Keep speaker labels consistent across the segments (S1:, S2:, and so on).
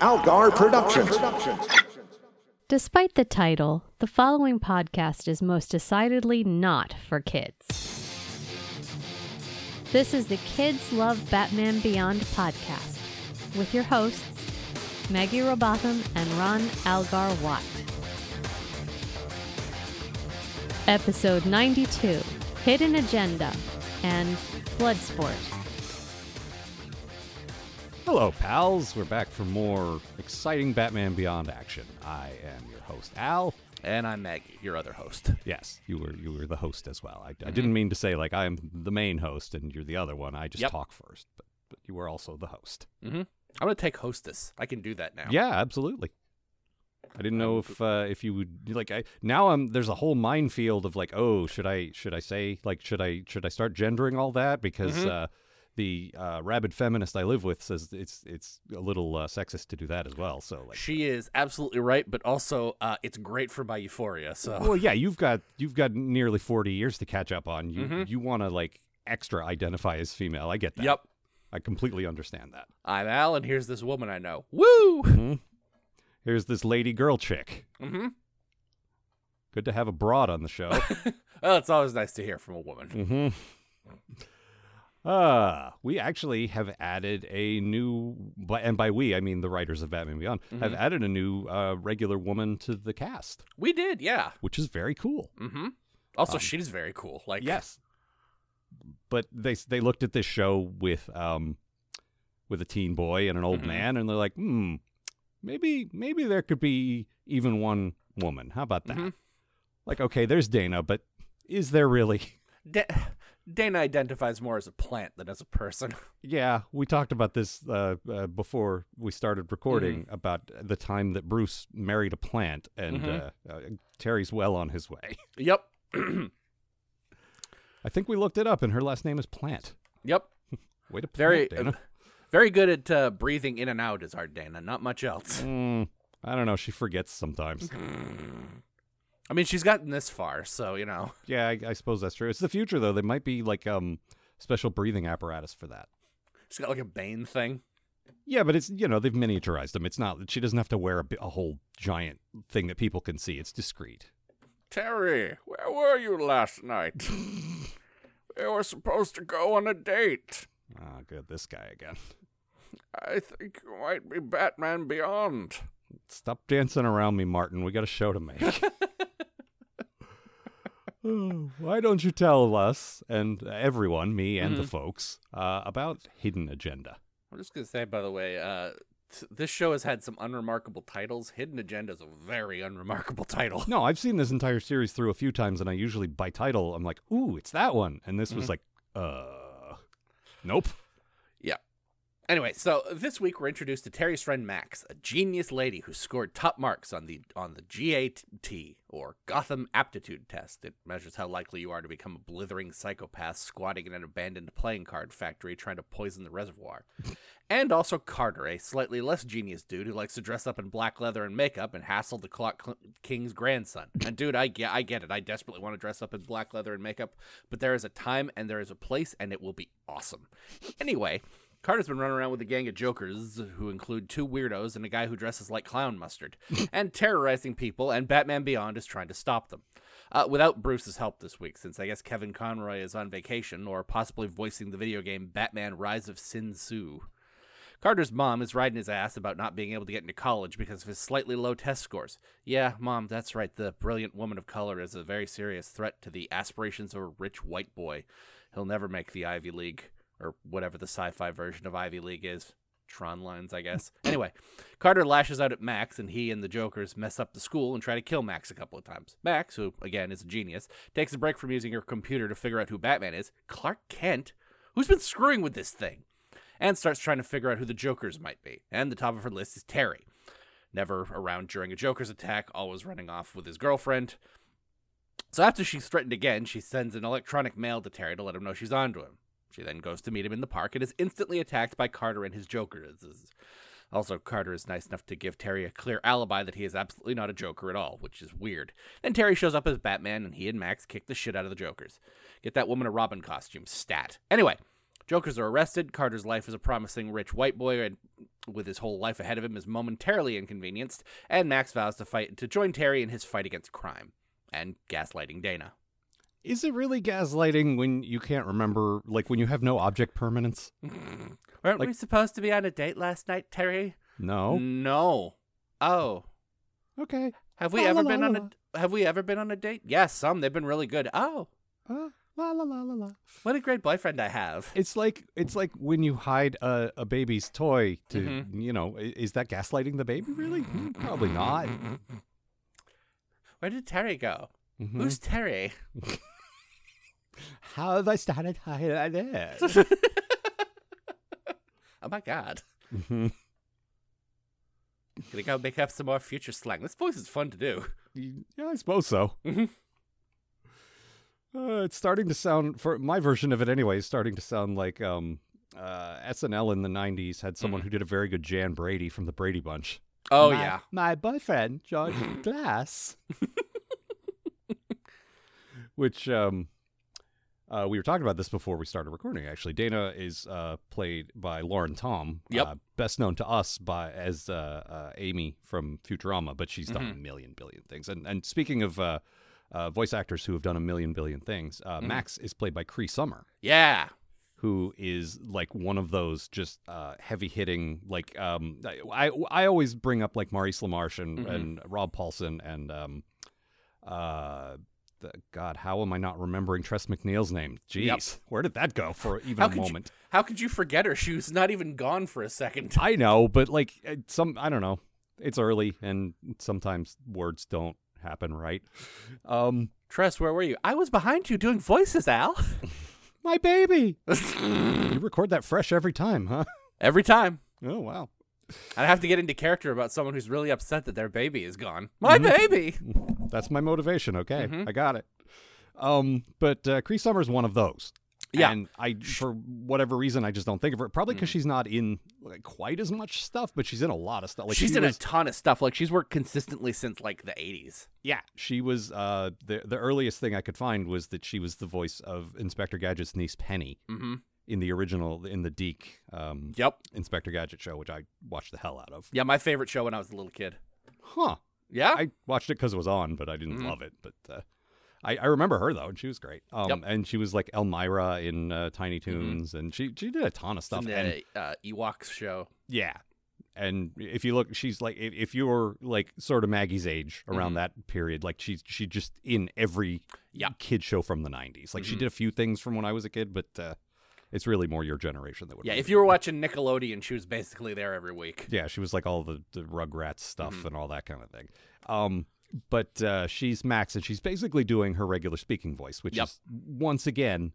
S1: Algar Productions.
S2: Despite the title, the following podcast is most decidedly not for kids. This is the Kids Love Batman Beyond podcast with your hosts, Maggie Robotham and Ron Algar Watt. Episode 92 Hidden Agenda and Bloodsport.
S3: Hello, pals. We're back for more exciting Batman Beyond action. I am your host, Al.
S4: And I'm Maggie, your other host.
S3: Yes, you were you were the host as well. I, I didn't mean to say like I am the main host and you're the other one. I just
S4: Yep.
S3: talk first, but, but you were also the host.
S4: Mm-hmm. I'm gonna take hostess. I can do that now.
S3: Yeah, absolutely. I didn't know if uh, if you would like. I now I'm there's a whole minefield of like, oh, should I should I say like should I should I start gendering all that because uh, the uh, rabid feminist I live with says it's it's a little uh, sexist to do that as well. So like,
S4: She is absolutely right, but also uh, it's great for my euphoria. So
S3: Well, yeah, you've got you've got nearly forty years to catch up on. You
S4: Mhm.
S3: you want to like extra identify as female. I get that.
S4: Yep.
S3: I completely understand that.
S4: I'm Al and here's this woman I know. Woo!
S3: Here's this lady girl chick.
S4: Mm-hmm.
S3: Good to have a broad on the show.
S4: Well, Oh, it's always nice to hear from a woman.
S3: mm-hmm. Uh, we actually have added a new, by- and by we I mean the writers of Batman Beyond
S4: Mm-hmm.
S3: have added a new uh, regular woman to the cast,
S4: We did, yeah.
S3: which is very cool.
S4: Mm-hmm. Also, she's very cool. Like
S3: yes but they they looked at this show with um with a teen boy and an old
S4: Mhm.
S3: man and they're like hmm maybe maybe there could be even one woman how about that
S4: Mhm.
S3: like okay there's dana but is there really
S4: Da- Dana identifies more as a plant than as a person.
S3: yeah we talked about this uh, uh before we started recording
S4: Mm.
S3: about the time that bruce married a plant and
S4: Mhm.
S3: uh, uh, terry's well on his way
S4: yep.
S3: i think we looked it up and her last name is plant
S4: yep.
S3: way to plant,
S4: Very
S3: dana.
S4: uh, very good at uh, breathing in and out is our Dana, not much else.
S3: Mm, I don't know. She forgets sometimes.
S4: I mean, she's gotten this far, so you know.
S3: yeah, I, I suppose that's true. It's the future, though. There might be like um special breathing apparatus for that.
S4: She's got like a Bane thing.
S3: Yeah, but it's you know they've miniaturized them. It's not she doesn't have to wear a, bi- a whole giant thing that people can see. It's discreet.
S4: Terry, where were you last night? we were supposed to go on a date.
S3: Ah, good. This guy again.
S4: I think you might be Batman Beyond.
S3: Stop dancing around me, Martin. We got a show to make. Oh, Why don't you tell us and everyone, me and the folks, uh, about Hidden Agenda?
S4: I'm just gonna say, by the way, uh, t- this show has had some unremarkable titles. Hidden Agenda is a very unremarkable title.
S3: No, I've seen this entire series through a few times, and I usually by title I'm like, "Ooh, it's that one," and this
S4: Mm-hmm.
S3: was like, "Uh, nope."
S4: Yeah. Anyway, so this week we're introduced to Terry's friend Max, a genius lady who scored top marks on the on the GAT or Gotham Aptitude Test. It measures how likely you are to become a blithering psychopath squatting in an abandoned playing card factory trying to poison the reservoir. and also Carter, a slightly less genius dude who likes to dress up in black leather and makeup and hassle the Clock Cl- King's grandson. And dude, I get, I get it. I desperately want to dress up in black leather and makeup, but there is a time and there is a place, and it will be awesome. Anyway. Carter's been running around with a gang of jokers, who include two weirdos and a guy who dresses like clown mustard, and terrorizing people, and Batman Beyond is trying to stop them. Uh, without Bruce's help this week, since I guess Kevin Conroy is on vacation or possibly voicing the video game Batman Rise of Sin Tzu. Carter's mom is riding his ass about not being able to get into college because of his slightly low test scores. Yeah, mom, that's right. The brilliant woman of color is a very serious threat to the aspirations of a rich white boy. He'll never make the Ivy League, or whatever the sci fi version of Ivy League is. Tron lines, I guess. Anyway, Carter lashes out at Max, and he and the Jokers mess up the school and try to kill Max a couple of times. Max, who, again, is a genius, takes a break from using her computer to figure out who Batman is Clark Kent, who's been screwing with this thing and starts trying to figure out who the Jokers might be. And the top of her list is Terry. Never around during a Joker's attack, always running off with his girlfriend. So after she's threatened again, she sends an electronic mail to Terry to let him know she's onto him. She then goes to meet him in the park and is instantly attacked by Carter and his Jokers. Also, Carter is nice enough to give Terry a clear alibi that he is absolutely not a Joker at all, which is weird. Then Terry shows up as Batman, and he and Max kick the shit out of the Jokers. Get that woman a Robin costume, stat. Anyway, Jokers are arrested. Carter's life as a promising rich white boy and with his whole life ahead of him is momentarily inconvenienced, and Max vows to fight to join Terry in his fight against crime and gaslighting Dana.
S3: Is it really gaslighting when you can't remember, like when you have no object permanence?
S4: Weren't
S3: Like-
S4: we supposed to be on a date last night, Terry?
S3: No.
S4: No. Oh.
S3: Okay.
S4: Have we
S3: La, la,
S4: ever
S3: la,
S4: been
S3: la,
S4: on
S3: la.
S4: a Have we ever been on a date? Yes, some. They've been really good. Oh,
S3: Uh, la la la la la.
S4: what a great boyfriend I have.
S3: It's like it's like when you hide a, a baby's toy to
S4: Mhm.
S3: you know i- is that gaslighting the baby really? Hmm, Probably not.
S4: Where did Terry go?
S3: Mhm.
S4: Who's Terry?
S3: How have I started hiding that?
S4: Oh my god.
S3: Mhm.
S4: Gonna go make up some more future slang. This voice is fun to do.
S3: yeah, I suppose so.
S4: Mhm.
S3: Uh, it's starting to sound for my version of it anyway. Is starting to sound like um, uh, SNL in the '90s had someone who did a very good Jan Brady from the Brady Bunch.
S4: Oh
S3: My-
S4: yeah.
S3: My boyfriend, George Glass. Which um uh, we were talking about this before we started recording actually. Dana is uh played by Lauren Tom.
S4: Yep.
S3: Uh, best known to us by as uh, uh Amy from Futurama, but she's done a million billion things. And and speaking of uh uh, voice actors who have done a million billion things. Uh, Max is played by Cree Summer
S4: Yeah.
S3: who is like one of those just uh, heavy hitting like um I I always bring up like Maurice LaMarche and,
S4: Mhm.
S3: and Rob Paulson and um uh the, God how am I not remembering Tress McNeil's name? Jeez,
S4: Yep.
S3: where did that go for even
S4: How
S3: a
S4: could you-
S3: moment?
S4: How could you forget her? She was not even gone for a second.
S3: I know, but like it- some I don't know. It's early and sometimes words don't happen right. Um,
S4: Tress, where were you? I was behind you doing voices, Al.
S3: my baby. you record that fresh every time, huh?
S4: Every time.
S3: Oh wow.
S4: And I have to get into character about someone who's really upset that their baby is gone.
S3: Mm-hmm.
S4: My baby.
S3: That's my motivation. Okay,
S4: Mm-hmm.
S3: I got it. Um, but uh, Cree Summer's one of those.
S4: Yeah. Mm.
S3: and I for whatever reason I just don't think of her. Probably because she's not in like, quite as much stuff, but she's in a lot of stuff. Like
S4: she's
S3: she
S4: in
S3: was-
S4: a ton of stuff. Like she's worked consistently since like the 80s.
S3: yeah. She was uh the the earliest thing I could find was that she was the voice of Inspector Gadget's niece Penny
S4: Mm-hmm.
S3: in the original in the Deke um
S4: Yep.
S3: Inspector Gadget show, which I watched the hell out of.
S4: Yeah, my favorite show when I was a little kid.
S3: Huh.
S4: Yeah.
S3: I watched it because it was on, but I
S4: Mm-hmm.
S3: didn't love it. But uh, I, I remember her though, and she was great. Um,
S4: Yep. Mm-hmm.
S3: and she was like Elmira in uh, Tiny Toons, and she she did a ton of
S4: It's
S3: stuff.
S4: in
S3: And
S4: the uh, Ewoks show.
S3: yeah, and if you look, she's like if, if you're like sort of Maggie's age around that period, like she's she just in every
S4: Mm-hmm. Yeah. Mm-hmm.
S3: kid show from the '90s. Like she did a few things from when I was a kid, but uh, it's really more your generation that would.
S4: Yeah,
S3: remember
S4: if you were watching Nickelodeon, she was basically there every week.
S3: Yeah, she was like all the, the Rugrats stuff and all that kind of thing. Um, but uh, she's Max, and she's basically doing her regular speaking voice, which
S4: Yep.
S3: is once again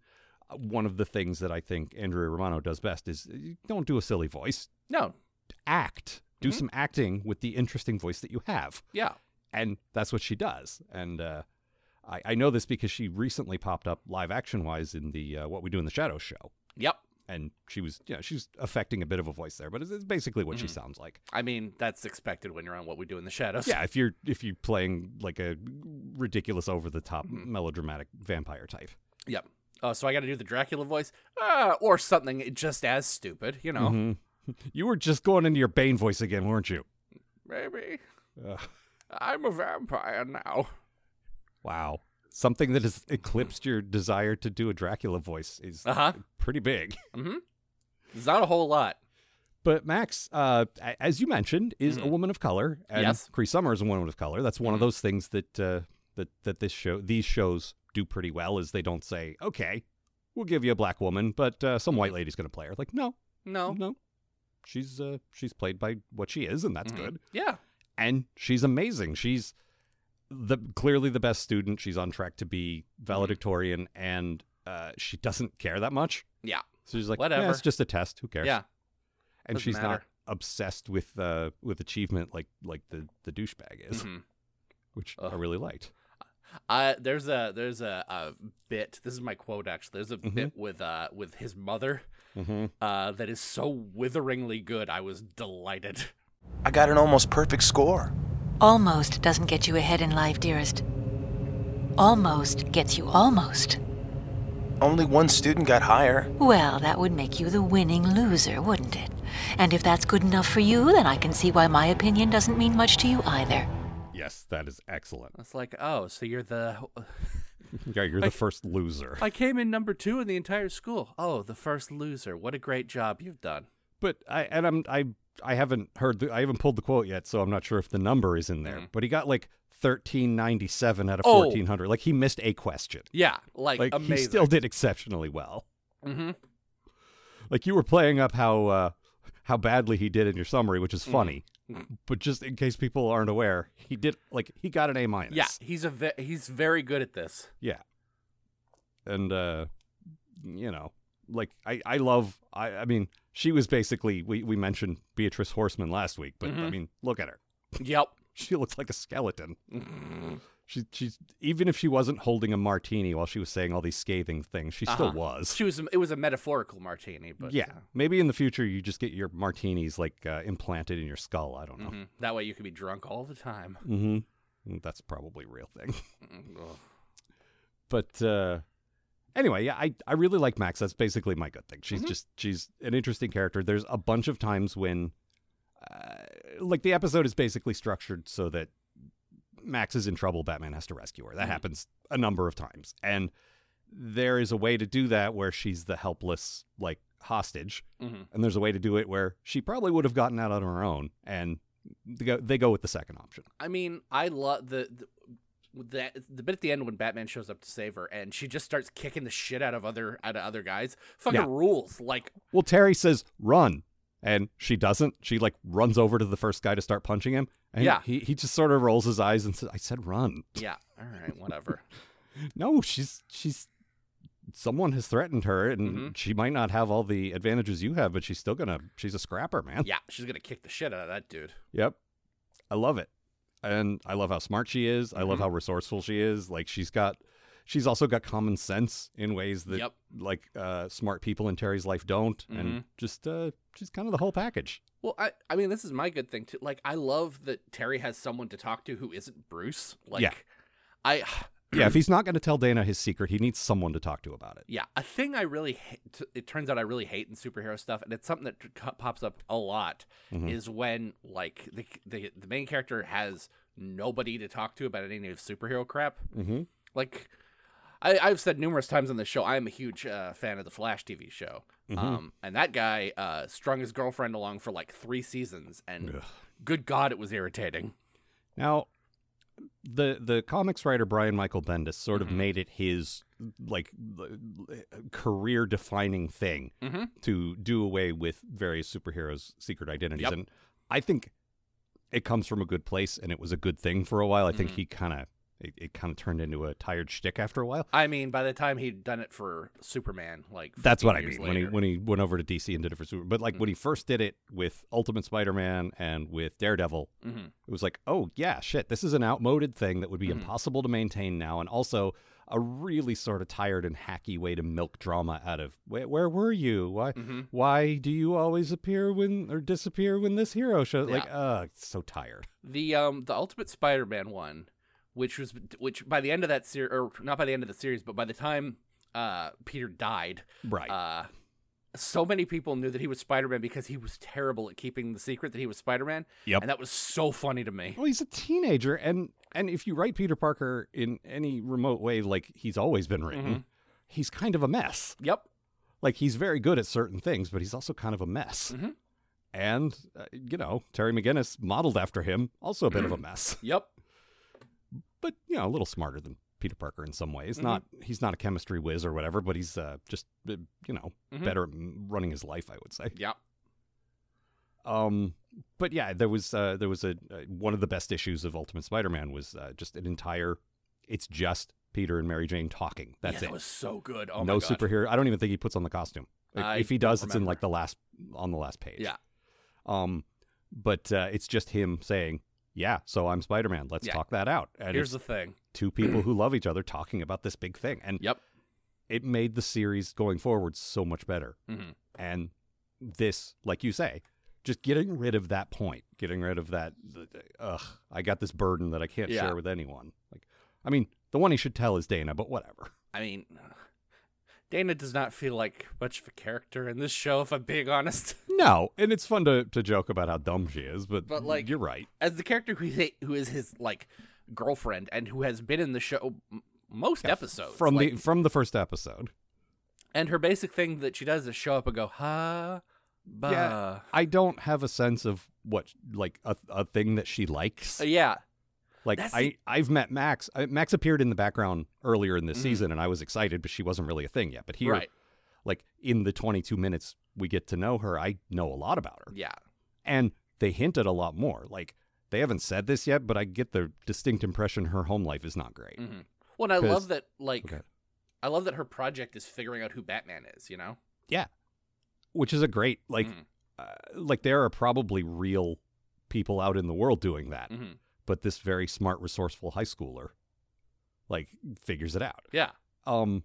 S3: uh, one of the things that I think Andrea Romano does best is uh, don't do a silly voice,
S4: No.
S3: act, do some acting with the interesting voice that you have,
S4: Yeah.
S3: and that's what she does. And uh, I, I know this because she recently popped up live action wise in the uh, What We Do in the Shadows show.
S4: Yep.
S3: And she was, yeah, she's affecting a bit of a voice there, but it's, it's basically what she sounds like.
S4: I mean, that's expected when you're on What We Do in the Shadows.
S3: Yeah, if you're if you're playing like a ridiculous over the top melodramatic vampire type.
S4: Yep. Uh, so I got to do the Dracula voice uh, or something just as stupid, you know.
S3: Mhm. You were just going into your Bane voice again, weren't you?
S4: Mm-hmm. Maybe
S3: Ugh,
S4: I'm a vampire now.
S3: wow. Something that has eclipsed your desire to do a Dracula voice is
S4: Uh huh.
S3: pretty big.
S4: There's not a whole lot.
S3: But Max, uh, a- as you mentioned, is a woman of color, and
S4: Yes.
S3: Cree Summer is a woman of color. That's one of those things that uh, that that this show, these shows, do pretty well. Is they don't say, "Okay, we'll give you a black woman, but uh, some white lady's going to play her." Like, no,
S4: No.
S3: No. She's uh she's played by what she is and that's
S4: Mhm.
S3: good.
S4: Yeah.
S3: And she's amazing. She's the clearly the best student. She's on track to be
S4: Mm-hmm.
S3: valedictorian and uh she doesn't care that much.
S4: Yeah.
S3: So she's like, "Yeah,
S4: Whatever.
S3: it's just a test. Who cares?
S4: Yeah.
S3: and
S4: doesn't
S3: she's not
S4: matter.
S3: obsessed with uh with achievement like like the the douchebag is,
S4: Mhm.
S3: which I
S4: Ugh.
S3: really liked.
S4: Uh, there's a there's a, a bit. This is my quote actually. There's a
S3: Mhm.
S4: bit with uh with his mother
S3: Mm-hmm.
S4: uh that is so witheringly good. I was delighted.
S1: I got an almost perfect score.
S5: Almost doesn't get you ahead in life, dearest. Almost gets you almost.
S1: Only one student got higher.
S5: Well, that would make you the winning loser, wouldn't it? And if that's good enough for you, then I can see why my opinion doesn't mean much to you either.
S3: Yes, that is excellent.
S4: It's like, oh, so you're the.
S3: Yeah, you're the first loser.
S4: I came in number two in the entire school. Oh, the first loser. What a great job you've done.
S3: But I and I'm I I haven't heard the, I haven't pulled the quote yet, so I'm not sure if the number is in there. But he got like 1397 out of
S4: Mm-hmm. Oh.
S3: 1400. Like he missed a question.
S4: Yeah, like,
S3: Like
S4: amazing.
S3: he still did exceptionally well.
S4: hmm
S3: Like you were playing up how uh how badly he did in your summary, which
S4: Mm-hmm.
S3: is funny. But just in case people aren't aware, he did like he got an A minus.
S4: Yeah, he's a ve- he's very good at this.
S3: Yeah. And uh you know, like I I love I I mean, she was basically we we mentioned Beatrice Horseman last week, but
S4: Mm-hmm.
S3: I mean, look at her.
S4: Yep.
S3: She looks like a skeleton.
S4: Mm-hmm.
S3: She she's even if she wasn't holding a martini while she was saying all these scathing things, she still
S4: Uh-huh.
S3: was.
S4: She was it was a metaphorical martini, but
S3: yeah.
S4: uh,
S3: Maybe in the future you just get your martinis like uh, implanted in your skull, I don't know.
S4: mhm. that way you can be drunk all the time.
S3: Mhm. mm That's probably a real thing.
S4: Mm-hmm.
S3: but uh anyway yeah i i really like max that's basically my good thing she's just she's an interesting character there's a bunch of times when uh, like the episode is basically structured so that max is in trouble batman has to rescue her that happens a number of times and there is a way to do that where she's the helpless like hostage
S4: Mhm.
S3: and there's a way to do it where she probably would have gotten out on her own and they go, they go with the second option
S4: I mean, I love the, the that the bit at the end when Batman shows up to save her, and she just starts kicking the shit out of other out of other guys. Fucking
S3: Yeah.
S4: rules, like
S3: Well, Terry says, run. And she doesn't. She like runs over to the first guy to start punching him. And
S4: Yeah.
S3: he, he just sort of rolls his eyes and says, I said run.
S4: yeah. All right, whatever.
S3: No, she's she's someone has threatened her and
S4: Mhm.
S3: she might not have all the advantages you have, but she's still gonna she's a scrapper, man.
S4: yeah, she's gonna kick the shit out of that dude.
S3: Yep. I love it. And I love how smart she is. I
S4: Mm-hmm.
S3: love how resourceful she is. Like she's got she's also got common sense in ways that
S4: Yep. Mm-hmm.
S3: like uh smart people in Terry's life don't. And just uh she's kind of the whole package.
S4: Well, I I mean, this is my good thing too. Like, I love that Terry has someone to talk to who isn't Bruce. Like,
S3: Yeah.
S4: I
S3: yeah, if he's not going to tell Dana his secret, he needs someone to talk to about it.
S4: Yeah, a thing I really ha- t- it turns out I really hate in superhero stuff, and it's something that t- co- pops up a lot
S3: Mm-hmm.
S4: is when like the, the the main character has nobody to talk to about any of superhero crap. Mm-hmm. Like I, I've said numerous times on the show, I am a huge uh, fan of the Flash TV show,
S3: Mm-hmm.
S4: um, and that guy uh, strung his girlfriend along for like three seasons, and good God, it was irritating.
S3: Now, the the comics writer Brian Michael Bendis sort of made it his like career defining thing
S4: Mhm.
S3: to do away with various superheroes' secret identities,
S4: Yep.
S3: and I think it comes from a good place, and it was a good thing for a while. I think he kind of it, it kind of turned into a tired shtick after a while.
S4: I mean, by the time he'd done it for Superman, like
S3: That's what I
S4: 15 years
S3: mean when he
S4: later. Mm-hmm.
S3: when he went over to DC and did it for Super. But like when he first did it with Ultimate Spider-Man and with Daredevil,
S4: Mhm.
S3: it was like, oh yeah, shit, this is an outmoded thing that would
S4: Mm-hmm.
S3: be impossible to maintain now, and also a really sort of tired and hacky way to milk drama out of. Where, where were you? Why
S4: Mm-hmm.
S3: why do you always appear when or disappear when this hero shows? Like, uh, it's so tired.
S4: the um the Ultimate Spider-Man one, which was which by the end of that series, or not by the end of the series, but by the time uh Peter died,
S3: Right.
S4: uh, so many people knew that he was Spider-Man because he was terrible at keeping the secret that he was Spider-Man.
S3: Yep.
S4: and that was so funny to me.
S3: Well, he's a teenager, and and if you write Peter Parker in any remote way, like he's always been written,
S4: Mm-hmm.
S3: he's kind of a mess.
S4: Yep.
S3: like he's very good at certain things, but he's also kind of a mess.
S4: Mhm.
S3: And uh, you know, Terry McGinnis modeled after him, also a bit of a
S4: Mm.
S3: mess,
S4: Yep.
S3: but you know, a little smarter than Peter Parker in some ways. Not
S4: Mm-hmm.
S3: he's not a chemistry whiz or whatever, but he's uh, just uh, you know
S4: Mhm.
S3: better at m- running his life, I would say.
S4: Yep.
S3: Um, but yeah, there was uh, there was a uh, one of the best issues of Ultimate Spider-Man was uh, just an entire. It's just Peter and Mary Jane talking. That's
S4: yeah,
S3: it.
S4: That was so good. Oh
S3: no
S4: my god.
S3: superhero. I don't even think he puts on the costume. If,
S4: I
S3: if he
S4: don't
S3: does, it's in
S4: remember.
S3: like the last on the last page.
S4: Yeah.
S3: Um, but uh, it's just him saying, "Yeah, so I'm Spider-Man. Let's
S4: Yeah.
S3: talk that out." And
S4: Here's the
S3: it's
S4: thing.
S3: two people who love each other talking about this big thing, and
S4: Yep.
S3: it made the series going forward so much better.
S4: hmm
S3: And this, like you say, just getting rid of that point, getting rid of that. th- th- Ugh, I got this burden that I can't
S4: Yeah.
S3: share with anyone. Like, I mean, the one he should tell is Dana, but whatever.
S4: I mean, Dana does not feel like much of a character in this show, if I'm being honest.
S3: No, and it's fun to, to joke about how dumb she is, but,
S4: But, like-
S3: you're right.
S4: As the character who is, who is his like girlfriend and who has been in the show m- most episodes
S3: From
S4: oh, like,
S3: the from the first episode.
S4: and her basic thing that she does is show up and go ha bah.
S3: Yeah, I don't have a sense of what like a, a thing that she likes.
S4: Uh, yeah.
S3: Like
S4: that's
S3: I
S4: the- Mm.
S3: I've met Max. I, Max appeared in the background earlier in this season, and I was excited, but she wasn't really a thing yet. But here,
S4: Right.
S3: like in the 22 minutes we get to know her, I know a lot about her,
S4: Yeah.
S3: and they hinted a lot more. Like they haven't said this yet, but I get the distinct impression her home life is not great.
S4: hmm Well, and I
S3: 'Cause-
S4: love that like
S3: Okay.
S4: I love that her project is figuring out who Batman is, you know?
S3: Yeah, which is a great like
S4: Mhm.
S3: uh, like there are probably real people out in the world doing that,
S4: Mhm.
S3: but this very smart, resourceful high schooler like figures it out.
S4: Yeah.
S3: um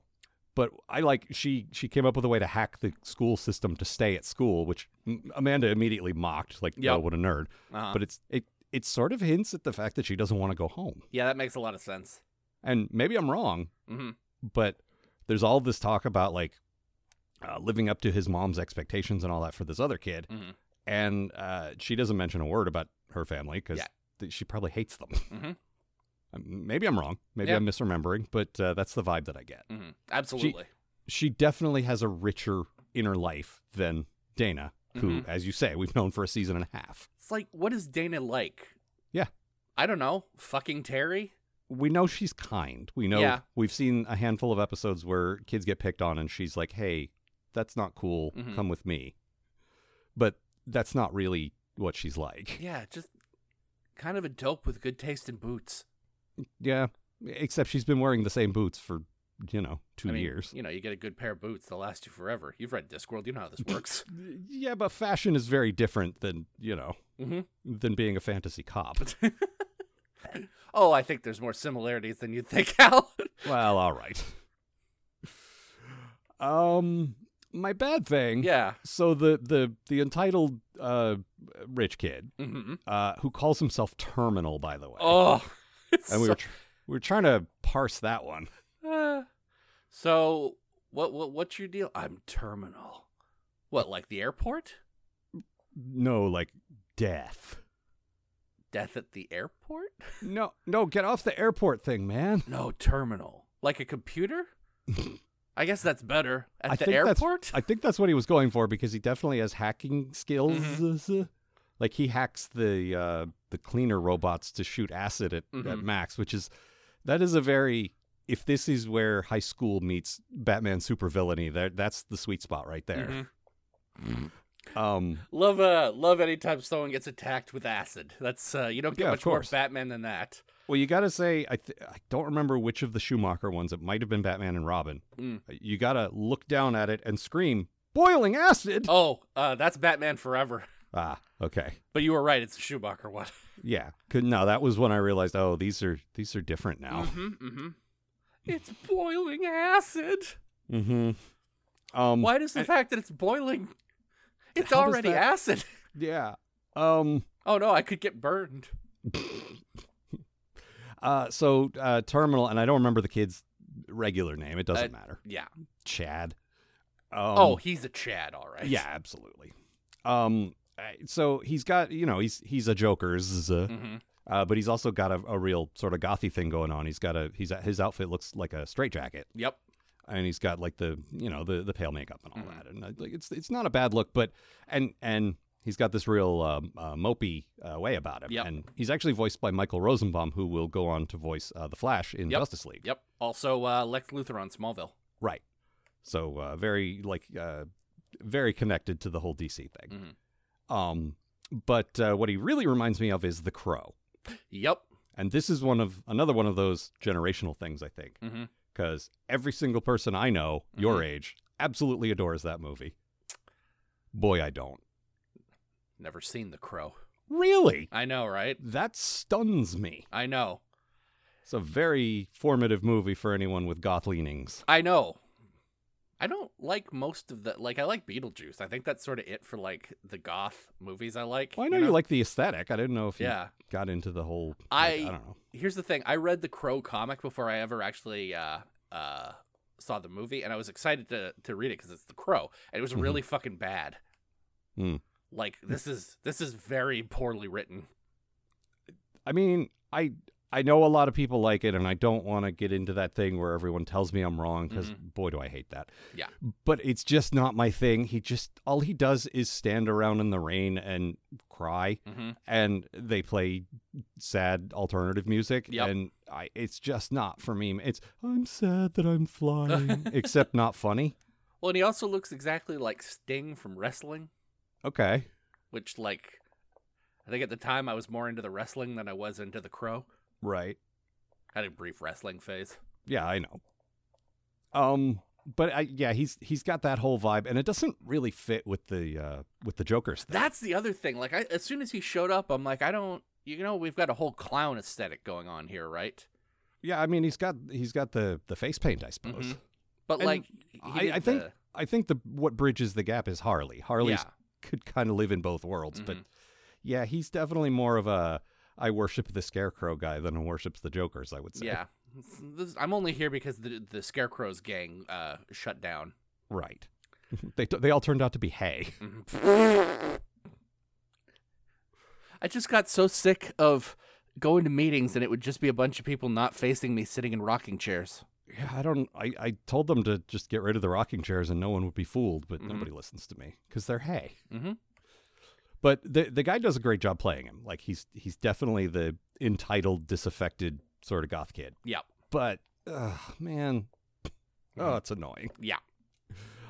S3: but i like she she came up with a way to hack the school system to stay at school which M- amanda immediately mocked like yeah
S4: Yep.
S3: what a nerd
S4: Uh-huh.
S3: but it's it it sort of hints at the fact that she doesn't want to go home
S4: yeah, that makes a lot of sense.
S3: and maybe i'm wrong
S4: hmm
S3: but there's all this talk about like uh, living up to his mom's expectations and all that for this other kid
S4: Mhm.
S3: and uh, she doesn't mention a word about her family because
S4: Yeah.
S3: th- she probably hates them
S4: Mhm.
S3: Um, maybe i'm wrong maybe
S4: Yeah.
S3: i'm misremembering but uh, that's the vibe that i get
S4: hmm Absolutely.
S3: she definitely has a richer inner life than Dana, who,
S4: Mm-hmm.
S3: as you say, we've known for a season and a half.
S4: It's like what is Dana like?
S3: Yeah.
S4: I don't know. Fucking Terry?
S3: We know she's kind. We know
S4: Yeah.
S3: we've seen a handful of episodes where kids get picked on and she's like, hey, that's not cool.
S4: Mhm.
S3: Come with me. But that's not really what she's like.
S4: Yeah, just kind of a dope with good taste in boots.
S3: Yeah. Except she's been wearing the same boots for, you know, two
S4: I mean,
S3: years.
S4: You know, you get a good pair of boots, they'll last you forever. You've read Discworld, you know how this works.
S3: Yeah, but fashion is very different than, you know,
S4: hmm
S3: than being a fantasy cop.
S4: Oh, I think there's more similarities than you think, Al.
S3: Well, all right. Um, my bad thing.
S4: yeah.
S3: So the the the entitled uh rich kid
S4: hmm
S3: uh who calls himself Terminal, by the way.
S4: Oh. it's
S3: and we
S4: so-
S3: were tr- we were trying to parse that one.
S4: Uh, so what what what's your deal? I'm terminal. What like the airport?
S3: No, like death.
S4: Death at the airport?
S3: No, no, get off the airport thing, man.
S4: No, terminal. Like a computer? I guess that's better. At
S3: I
S4: the
S3: think
S4: airport?
S3: That's, I think that's what he was going for because he definitely has hacking skills. Mm-hmm. Like he hacks the uh, the cleaner robots to shoot acid at, at
S4: Mhm.
S3: Max, which is that is a very if this is where high school meets Batman supervillainy, that that's the sweet spot right there.
S4: Mhm.
S3: Um,
S4: Love uh love anytime someone gets attacked with acid. That's uh you don't get
S3: Yeah, of
S4: much more
S3: course.
S4: Batman than that.
S3: well, you got to say I th- I don't remember which of the Schumacher ones. It might have been Batman and Robin. Uh,
S4: Mm.
S3: You got to look down at it and scream boiling acid.
S4: Oh, uh that's Batman Forever.
S3: Ah, okay.
S4: But you were right, it's a Schumacher one.
S3: Yeah. Could, no, that was when I realized, oh, these are these are different now.
S4: Mm-hmm. Mm-hmm. It's boiling acid. Mm.
S3: Mm-hmm. Um,
S4: Why does the fact that it's boiling it's
S3: How does
S4: already
S3: that-
S4: acid?
S3: Yeah. Um.
S4: Oh no, I could get burned.
S3: Uh. So, uh, terminal, and I don't remember the kid's regular name. It doesn't
S4: Uh,
S3: matter.
S4: Yeah.
S3: Chad. Um,
S4: oh, he's a Chad, all right.
S3: yeah, absolutely. Um. I- So he's got, you know, he's he's a Joker, zzz, uh,
S4: hmm
S3: uh, but he's also got a, a real sort of gothy thing going on. He's got a he's his outfit looks like a straitjacket,
S4: Yep.
S3: and he's got like the you know the the pale makeup and all
S4: Mhm.
S3: that, and uh, like it's it's not a bad look, but and and he's got this real um, uh, mopey uh, way about him,
S4: Yep.
S3: and he's actually voiced by Michael Rosenbaum, who will go on to voice uh, the Flash in
S4: Yep.
S3: Justice League,
S4: Yep. Also, uh, Lex Luthor on Smallville.
S3: right? So uh, very like uh, very connected to the whole DC thing. Um, but uh, what he really reminds me of is the Crow,
S4: Yep.
S3: and this is one of another one of those generational things I think,
S4: hmm
S3: because every single person I know your
S4: Mhm.
S3: age absolutely adores that movie. Boy, I don't.
S4: Never seen the Crow.
S3: Really?
S4: I know, right?
S3: That stuns me.
S4: I know.
S3: It's a very formative movie for anyone with goth leanings.
S4: I know. I don't like most of the like. I like Beetlejuice. I think that's sort of it for like the goth movies I like.
S3: Well, I know you, like the aesthetic. I didn't know if you
S4: Yeah.
S3: got into the whole. like,
S4: I-
S3: I don't know.
S4: Here's the thing. I read the Crow comic before I ever actually uh, uh, saw the movie, and I was excited to to read it because it's The Crow,
S3: Mm-hmm.
S4: and it was really fucking bad.
S3: Mm.
S4: Like this is this is very poorly written.
S3: I mean, I I know a lot of people like it, and I don't want to get into that thing where everyone tells me I'm wrong because boy, do I hate that.
S4: Yeah.
S3: But it's just not my thing. He just all he does is stand around in the rain and cry,
S4: Mhm.
S3: and they play sad alternative music,
S4: Yep.
S3: and I it's just not for me. It's I'm sad that I'm flying, except not funny.
S4: Well, and he also looks exactly like Sting from wrestling,
S3: Okay,
S4: which like I think at the time I was more into the wrestling than I was into The Crow.
S3: right.
S4: Had a brief wrestling phase.
S3: Yeah, I know. Um, but I, yeah, he's he's got that whole vibe, and it doesn't really fit with the uh with the Joker's thing.
S4: That's the other thing. Like, I, as soon as he showed up, I'm like, I don't. You know, we've got a whole clown aesthetic going on here, right?
S3: yeah, I mean, he's got he's got the the face paint, I suppose.
S4: Mhm. But
S3: And
S4: like, he uh,
S3: I,
S4: did
S3: I think
S4: the-
S3: I think the what bridges the gap is Harley. Harley
S4: Yeah. Mm-hmm.
S3: could kind of live in both worlds, but yeah, he's definitely more of a I worship the Scarecrow guy than I worships the Joker's. I would say.
S4: yeah, This- I'm only here because the the Scarecrow's gang uh, shut down.
S3: Right. they they all turned out to be hay.
S4: I just got so sick of going to meetings, and it would just be a bunch of people not facing me, sitting in rocking chairs.
S3: Yeah, I don't. I, I told them to just get rid of the rocking chairs and no one would be fooled, but nobody listens to me because they're hay.
S4: Mhm.
S3: But the the guy does a great job playing him. Like he's he's definitely the entitled, disaffected sort of goth kid.
S4: Yeah,
S3: But ugh, man, oh, it's annoying.
S4: yeah,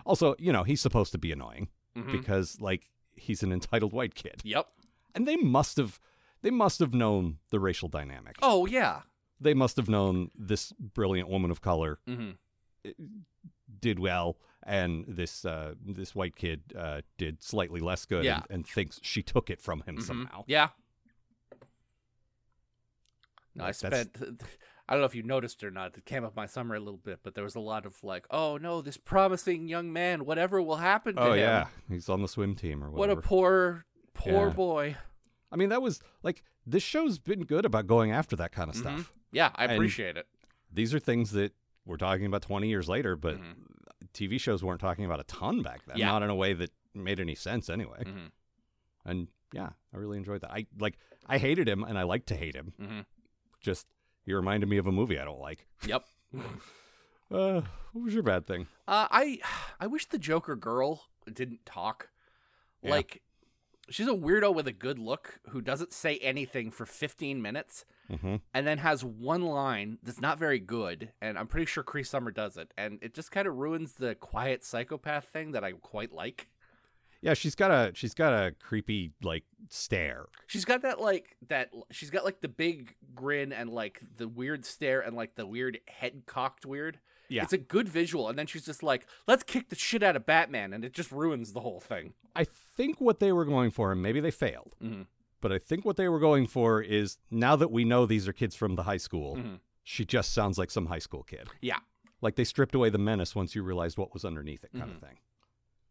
S3: Also, you know, he's supposed to be annoying
S4: Mhm.
S3: because like he's an entitled white kid,
S4: yep.
S3: and they must have they must have known the racial dynamic.
S4: Oh yeah.
S3: They must have known this brilliant woman of color eh,
S4: hmm
S3: did well and this uh this white kid uh did slightly less good
S4: Yeah.
S3: and, and thinks she took it from him
S4: Mhm.
S3: somehow
S4: Yeah. No, I
S3: Like, that's-
S4: spent. I don't know if you noticed or not. It came up my summer a little bit, but there was a lot of like, "Oh no, this promising young man, whatever will happen to
S3: oh
S4: him?
S3: yeah he's on the swim team or
S4: What
S3: whatever
S4: a poor, poor
S3: Yeah.
S4: boy."
S3: i mean that was like this show's been good about going after that kind of
S4: Mm-hmm.
S3: stuff
S4: Yeah, I
S3: And-
S4: appreciate it.
S3: these are things that we're talking about 20 years later but tv shows weren't talking about a ton back then
S4: Yeah.
S3: not in a way that made any sense anyway
S4: Mhm.
S3: and yeah i really enjoyed that i like i hated him and i like to hate him
S4: Mhm.
S3: just he reminded me of a movie i don't like
S4: Yep.
S3: uh what was your bad thing
S4: Uh, I I wish the Joker girl didn't talk.
S3: Yeah.
S4: Like she's a weirdo with a good look who doesn't say anything for 15 minutes
S3: Mhm.
S4: and then has one line that's not very good and I'm pretty sure Cree Summer does it and it just kind of ruins the quiet psychopath thing that I quite like.
S3: Yeah, she's got a she's got a creepy like stare.
S4: She's got that like that she's got like the big grin and like the weird stare and like the weird head cocked weird.
S3: Yeah.
S4: It's a good visual and then she's just like let's kick the shit out of Batman and it just ruins the whole thing.
S3: I think what they were going for, and maybe they failed,
S4: Mhm.
S3: but I think what they were going for is now that we know these are kids from the high school, she just sounds like some high school kid.
S4: Yeah.
S3: Like they stripped away the menace once you realized what was underneath it,
S4: Mm-hmm.
S3: kind of thing.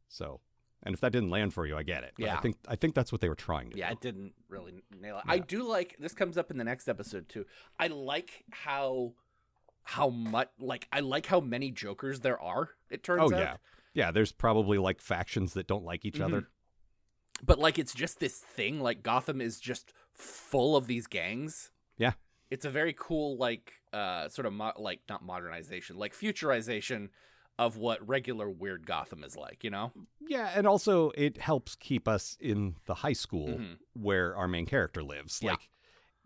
S3: So, and if that didn't land for you, I get it. But I
S4: Yeah.
S3: think I think that's what they were trying to
S4: Yeah,
S3: do.
S4: it didn't really nail it. I do like this comes up in the next episode too. I like how how much like I like how many jokers there are. It turns
S3: Oh
S4: out. Mm-hmm.
S3: yeah, yeah. There's probably like factions that don't like each other.
S4: But like it's just this thing like Gotham is just full of these gangs.
S3: Yeah.
S4: It's a very cool like uh sort of mo- like not modernization, like futurization of what regular weird Gotham is like, you know?
S3: Yeah, and also it helps keep us in the high school
S4: Mhm.
S3: where our main character lives.
S4: Yeah.
S3: Like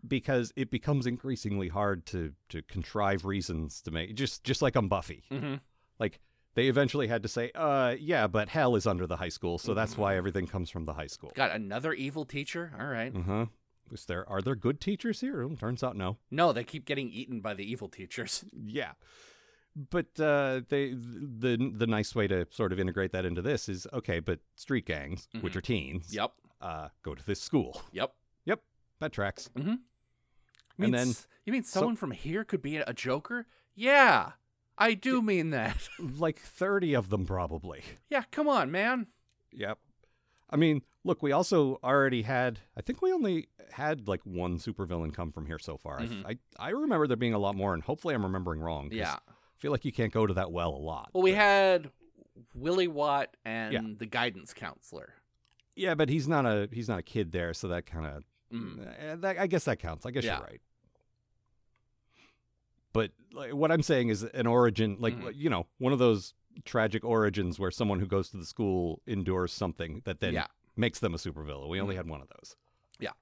S3: because it becomes increasingly hard to to contrive reasons to make just just like on Buffy.
S4: Mhm.
S3: Like they eventually had to say, "Uh, yeah, but hell is under the high school, so that's
S4: Mm-hmm.
S3: why everything comes from the high school."
S4: Got another evil teacher? All right.
S3: Uh-huh. Is there are there good teachers here? Oh, Turns out no.
S4: No, they keep getting eaten by the evil teachers.
S3: Yeah. But uh, they the the nice way to sort of integrate that into this is okay, but street gangs, which are teens,
S4: Mm-hmm. Yep.
S3: uh, go to this school.
S4: Yep.
S3: Yep, that tracks.
S4: You
S3: And
S4: mean
S3: then-
S4: s- you mean someone from here could be a a Joker? Yeah, I do mean that.
S3: Like 30 of them, probably.
S4: yeah, come on, man.
S3: Yep. I mean, look, we also already had, I think we only had like one supervillain come from here so far. I f I I I, remember there being a lot more, and hopefully I'm remembering wrong. 'cause
S4: Mm-hmm. Yeah.
S3: feel like you can't go to that well a lot.
S4: Well, we had Willie Watt and
S3: Yeah.
S4: the guidance counselor.
S3: yeah, but he's not a he's not a kid there, so that kind of
S4: Mm.
S3: Uh, that, I guess that counts. I guess
S4: Yeah.
S3: you're right. But like, what I'm saying is an origin, like
S4: Mhm.
S3: you know, one of those tragic origins where someone who goes to the school endures something that then
S4: Yeah. Hmm.
S3: makes them a supervillain. We only had one of those.
S4: Yeah.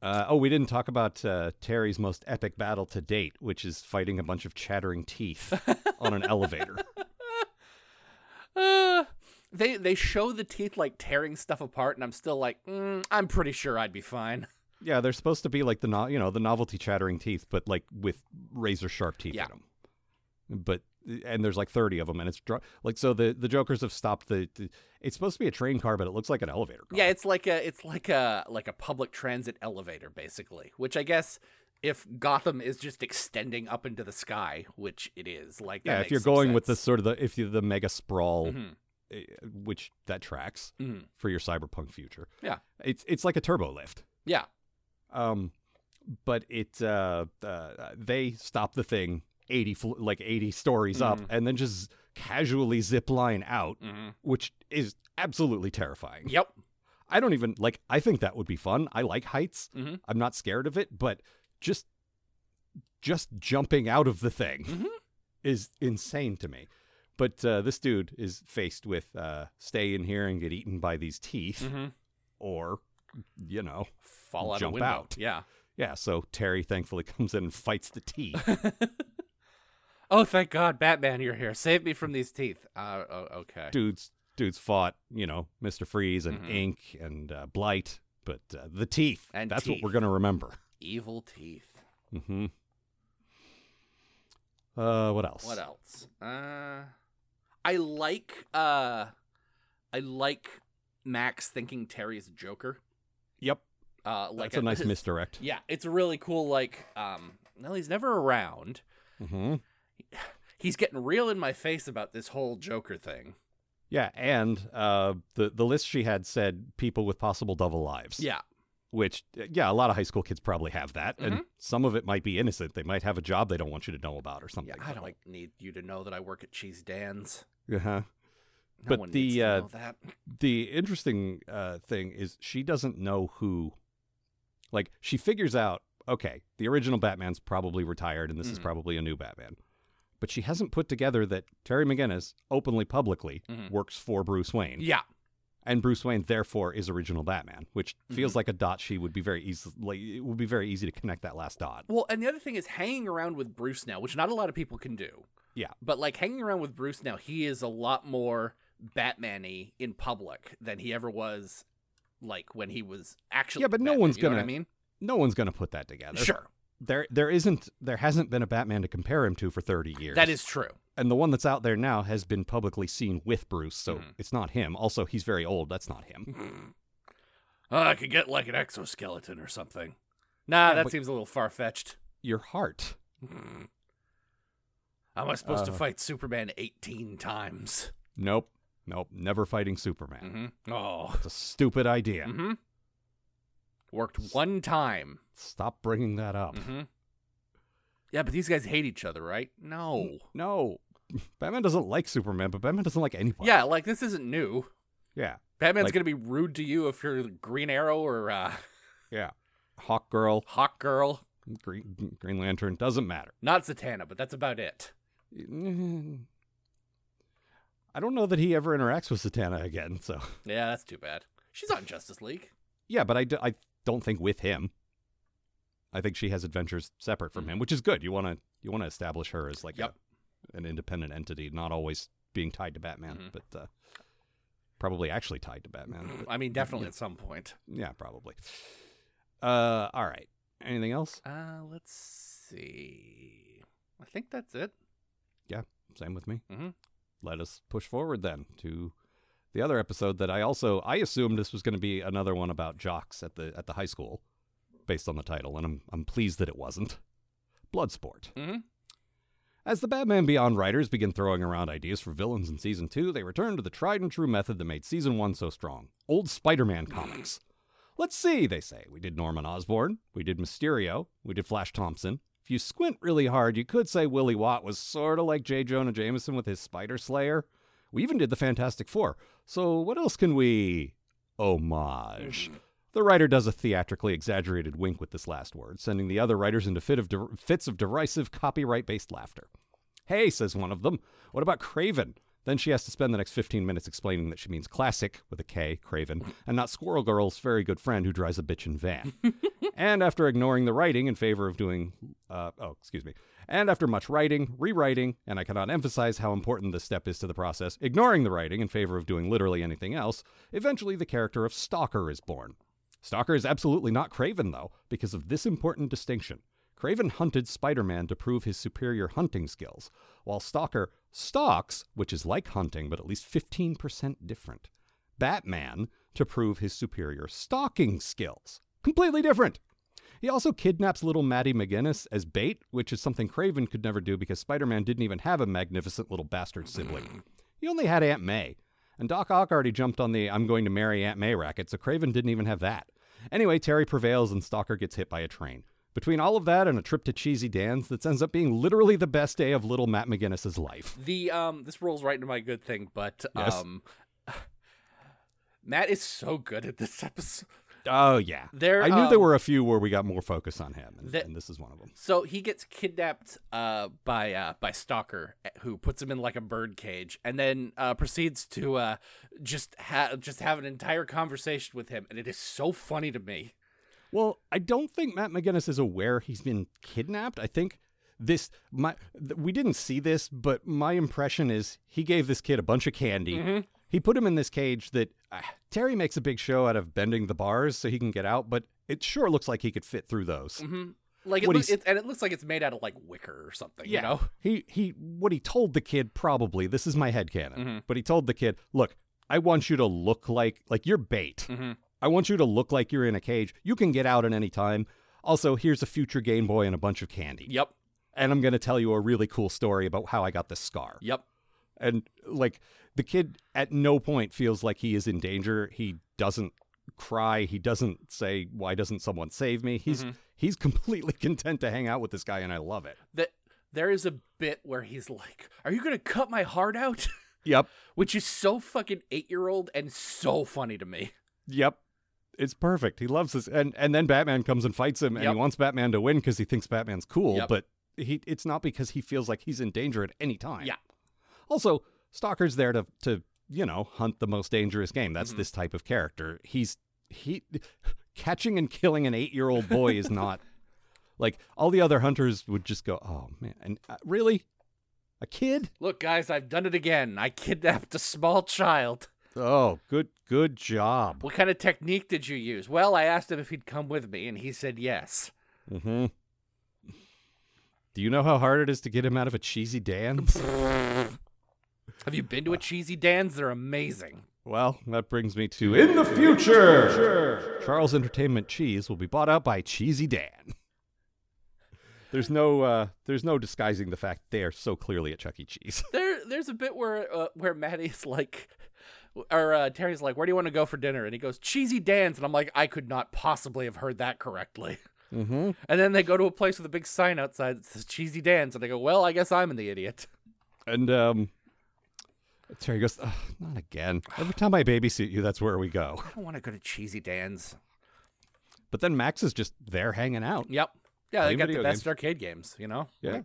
S3: Uh, oh, we didn't talk about uh, Terry's most epic battle to date, which is fighting a bunch of chattering teeth on an elevator.
S4: Uh, they they show the teeth like tearing stuff apart, and I'm still like, mm, I'm pretty sure I'd be fine.
S3: Yeah, they're supposed to be like the no- you know the novelty chattering teeth, but like with razor sharp teeth
S4: Yeah.
S3: in them. But and there's like thirty of them, and it's dr- like so the the jokers have stopped the, the- It's supposed to be a train car, but it looks like an elevator. Car.
S4: Yeah, it's like a it's like a like a public transit elevator basically, which I guess if Gotham is just extending up into the sky, which it is, like that
S3: yeah.
S4: makes
S3: If you're
S4: some
S3: going with the
S4: sense.
S3: sort of the if you the mega sprawl,
S4: Mhm.
S3: eh, which that tracks
S4: Mhm.
S3: for your cyberpunk future.
S4: Yeah.
S3: it's it's like a turbo lift.
S4: yeah,
S3: Um, but it uh, uh they stop the thing eighty fl- like eighty stories up, and then just casually zip line out, which is absolutely terrifying.
S4: yep,
S3: I don't even like. I think that would be fun. I like heights.
S4: Mhm.
S3: I'm not scared of it, but just just jumping out of the thing is insane to me. But uh, this dude is faced with uh, stay in here and get eaten by these teeth,
S4: Mm-hmm.
S3: or you know,
S4: fall out
S3: Mm-hmm. Jump
S4: a window.
S3: out.
S4: Yeah.
S3: yeah, so Terry thankfully comes in and fights the teeth.
S4: Oh, thank God, Batman, you're here. Save me from these teeth. Uh, oh, okay.
S3: dudes, dudes fought, you know, Mister Freeze and Ink and uh, Blight, but uh, the teeth.
S4: Mm-hmm. And
S3: that's what
S4: teeth.
S3: we're gonna remember.
S4: Evil teeth.
S3: Hmm. Uh, what else?
S4: What else? Uh, I like uh, I like Max thinking Terry's a Joker.
S3: Yep,
S4: Uh, like
S3: that's a nice misdirect.
S4: Yeah, it's a really cool. Like, um, no, he's never around.
S3: hmm
S4: He's getting real in my face about this whole Joker thing.
S3: Yeah, and uh, the the list she had said people with possible double lives.
S4: Yeah,
S3: which uh, yeah, a lot of high school kids probably have that,
S4: Mm-hmm.
S3: and some of it might be innocent. They might have a job they don't want you to know about or something.
S4: yeah. I don't need you to know that I work at Cheese Dan's.
S3: Uh huh.
S4: No
S3: But
S4: one
S3: the,
S4: needs to
S3: uh,
S4: know that.
S3: the interesting uh, thing is she doesn't know who like she figures out okay the original batman's probably retired and this
S4: Mm.
S3: is probably a new batman but she hasn't put together that terry mcginnis openly publicly works for bruce wayne
S4: Mm-hmm. Yeah,
S3: and bruce wayne therefore is original batman which
S4: Mm-hmm.
S3: feels like a dot she would be very easy like it would be very easy to connect that last dot
S4: Well, and the other thing is hanging around with Bruce now, which not a lot of people can do.
S3: Yeah.
S4: But like hanging around with Bruce now, he is a lot more Batman-y in public than he ever was like when he was actually
S3: Yeah, but no
S4: Batman,
S3: one's
S4: you know what
S3: gonna-
S4: I mean?
S3: no one's going to put that together
S4: Sure.
S3: there there isn't there hasn't been a batman to compare him to for 30 years
S4: That is true.
S3: and the one that's out there now has been publicly seen with Bruce, so
S4: Mm-hmm.
S3: it's not him. Also, he's very old. That's not him.
S4: Oh, I could get like an exoskeleton or something. Nah, that
S3: but-
S4: seems a little far-fetched. Hmm.
S3: Your heart.
S4: Am I supposed to
S3: Uh.
S4: fight Superman 18 times?
S3: Nope. Nope. Never fighting Superman.
S4: Mm-hmm. Oh.
S3: It's a stupid idea.
S4: Mm-hmm. Worked one time.
S3: Stop bringing that up.
S4: Mhm. Yeah, but these guys hate each other, right? No.
S3: No. Batman doesn't like Superman, but Batman doesn't like anybody.
S4: Yeah, like this isn't new.
S3: Yeah.
S4: Batman's
S3: Like-
S4: gonna be rude to you if you're Green Arrow or uh,
S3: Yeah. Hawk Girl,
S4: Hawk Girl.
S3: Green, Green Lantern, doesn't matter.
S4: Not Zatanna, but that's about it.
S3: I don't know that he ever interacts with Satana again, so.
S4: Yeah, that's too bad. She's on Justice League.
S3: Yeah, but I, d- I don't think with him. I think she has adventures separate from him, which is good. You want to you want to establish her as like
S4: Yep.
S3: a, an independent entity, not always being tied to Batman, but uh, probably actually tied to Batman. but-
S4: I mean, definitely at some point.
S3: yeah, probably. Uh, all right. Anything else?
S4: Uh, let's see. I think that's it.
S3: Yeah, same with me.
S4: Mhm.
S3: Let us push forward then to the other episode that I also I assumed this was going to be another one about jocks at the at the high school, based on the title, and I'm I'm pleased that it wasn't. Bloodsport.
S4: Mhm.
S3: As the Batman Beyond writers begin throwing around ideas for villains in season two, they return to the tried and true method that made season one so strong: old Spider-Man comics. Let's see, they say. We did Norman Osborn, we did Mysterio, we did Flash Thompson, If you squint really hard, you could say Willie Watt was sort of like J. Jonah Jameson with his Spider Slayer. We even did the Fantastic Four. So what else can we homage? The writer does a theatrically exaggerated wink with this last word, sending the other writers into fit of der- fits of derisive copyright based laughter. Hey, says one of them, what about Craven? Then she has to spend the next 15 minutes explaining that she means classic with a K, Craven, and not Squirrel Girl's very good friend who drives a bitchin' van. and after ignoring the writing in favor of doing, uh, oh, excuse me, and after much writing, rewriting, and I cannot emphasize how important this step is to the process, ignoring the writing in favor of doing literally anything else, eventually the character of Stalker is born. Stalker is absolutely not Craven, though, because of this important distinction. Craven hunted Spider Man to prove his superior hunting skills, while Stalker stalks, which is like hunting but at least 15% different, Batman to prove his superior stalking skills. Completely different! He also kidnaps little Maddie McGinnis as bait, which is something Craven could never do because Spider Man didn't even have a magnificent little bastard sibling. He only had Aunt May. And Doc Ock already jumped on the I'm going to marry Aunt May racket, so Craven didn't even have that. Anyway, Terry prevails and Stalker gets hit by a train. Between all of that and a trip to Cheesy Dan's, that ends up being literally the best day of little Matt McGinnis's life.
S4: The um this rolls right into my good thing, but
S3: Yes.
S4: um Matt is so good at this episode.
S3: Oh yeah,
S4: There,
S3: I knew there
S4: um,
S3: were a few where we got more focus on him, and,
S4: The-
S3: and this is one of them.
S4: So he gets kidnapped uh by uh by Stalker eh, who puts him in like a bird cage and then uh proceeds to uh just ha- just have an entire conversation with him and it is so funny to me.
S3: Well, I don't think Matt McGinnis is aware he's been kidnapped. I think this my th- we didn't see this, but my impression is he gave this kid a bunch of candy. He put him in this cage that uh, Terry makes a big show out of bending the bars so he can get out, but it sure looks like he could fit through those.
S4: Like it,
S3: What
S4: loo-
S3: he's-
S4: it and it looks like it's made out of like wicker or something, you know.
S3: He he what he told the kid probably, this is my headcanon, but he told the kid, "Look, I want you to look like like you're bait. I want you to look like you're in a cage. You can get out at any time. Also, here's a future Game Boy and a bunch of candy.
S4: Yep.
S3: And I'm going to tell you a really cool story about how I got this scar."
S4: Yep.
S3: And like the kid at no point feels like he is in danger. He doesn't cry. He doesn't say, "Why doesn't someone save me?" He's he's completely content to hang out with this guy and I love it.
S4: That there is a bit where he's like, "Are you going to cut my heart out?"
S3: Yep.
S4: which is so fucking eight year old and so funny to me.
S3: Yep. It's perfect. He loves this. And and then Batman comes and fights him and
S4: Yep.
S3: he wants Batman to win because he thinks Batman's cool,
S4: Yep.
S3: but he it's not because he feels like he's in danger at any time.
S4: Yeah.
S3: Also, Stalker's there to to, you know, hunt the most dangerous game. That's this type of character. He's he catching and killing an 8-year-old boy is not like all the other hunters would just go, "Oh man, and uh, really? A kid?
S4: Look, guys, I've done it again. I kidnapped a small child.
S3: Oh, good good job."
S4: What kind of technique did you use? Well, I asked him if he'd come with me, and he said yes.
S3: Mm-hmm. Do you know how hard it is to get him out of a cheesy dance?
S4: Have you been to a cheesy Dan's? They're amazing.
S3: well, that brings me to in the future. Charles Entertainment Cheese will be bought out by Cheesy Dan. There's no, uh, there's no disguising the fact they are so clearly at Chuck E. Cheese.
S4: There, there's a bit where uh, where Maddie's like, or uh, Terry's like, "Where do you want to go for dinner?" And he goes, "Cheesy Dan's," and I'm like, "I could not possibly have heard that correctly."
S3: Mm-hmm.
S4: And then they go to a place with a big sign outside that says Cheesy Dan's, and they go, "Well, I guess I'm the idiot."
S3: And um, Terry goes, "Ugh, not again. Every time I babysit you, that's where we go.
S4: I don't want to go to Cheesy Dan's.
S3: But then Max is just there hanging out.
S4: Yep. Yeah,
S3: Play
S4: they got the
S3: video
S4: best
S3: games.
S4: arcade games, you know?
S3: Yeah.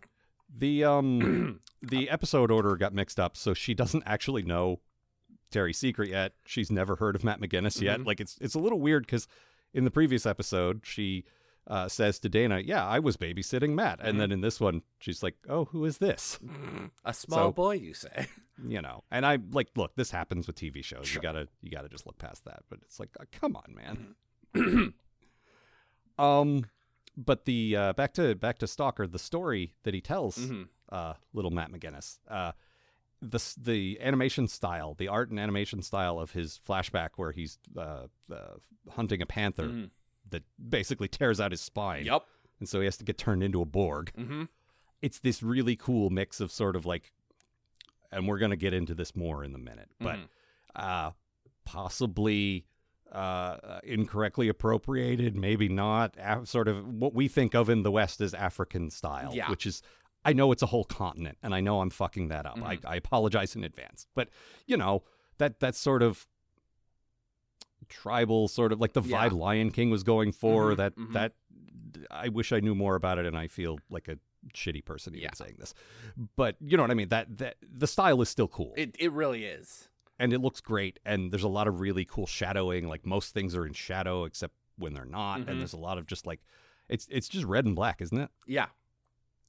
S3: The um the episode order got mixed up, so she doesn't actually know Terry's secret yet. She's never heard of Matt McGinnis yet. Like it's it's a little weird because in the previous episode she uh, says to Dana, "Yeah, I was babysitting Matt," and then in this one she's like, "Oh, who is this?"
S4: A small
S3: So-
S4: boy, you say.
S3: You know. And I like look, this happens with TV shows. You gotta you gotta just look past that. But it's like, uh, come on, man. um, but the uh, back to back to Stalker, the story that he tells uh, little Matt McGinnis. Uh, the s- the animation style, the art and animation style of his flashback, where he's uh, uh, hunting a panther that basically tears out his spine.
S4: Yep.
S3: and so he has to get turned into a Borg.
S4: Mm-hmm.
S3: It's this really cool mix of sort of like,
S4: Mm-hmm.
S3: and we're gonna get into this more in a minute, but uh, possibly uh, incorrectly appropriated, maybe not, af- sort of what we think of in the West as African style,
S4: Yeah.
S3: which is, I know it's a whole continent, and I know I'm fucking that up.
S4: Mm-hmm.
S3: I, I apologize in advance, but you know that that sort of tribal sort of like the
S4: Yeah.
S3: vibe Lion King was going for.
S4: Mhm,
S3: that
S4: mhm.
S3: that I wish I knew more about it, and I feel like a shitty person even
S4: Yeah.
S3: saying this, but you know what I mean. That that the style is still cool
S4: It it really is.
S3: and it looks great and there's a lot of really cool shadowing like most things are in shadow except when they're not
S4: Mhm.
S3: and there's a lot of just like it's it's just red and black isn't it
S4: Yeah,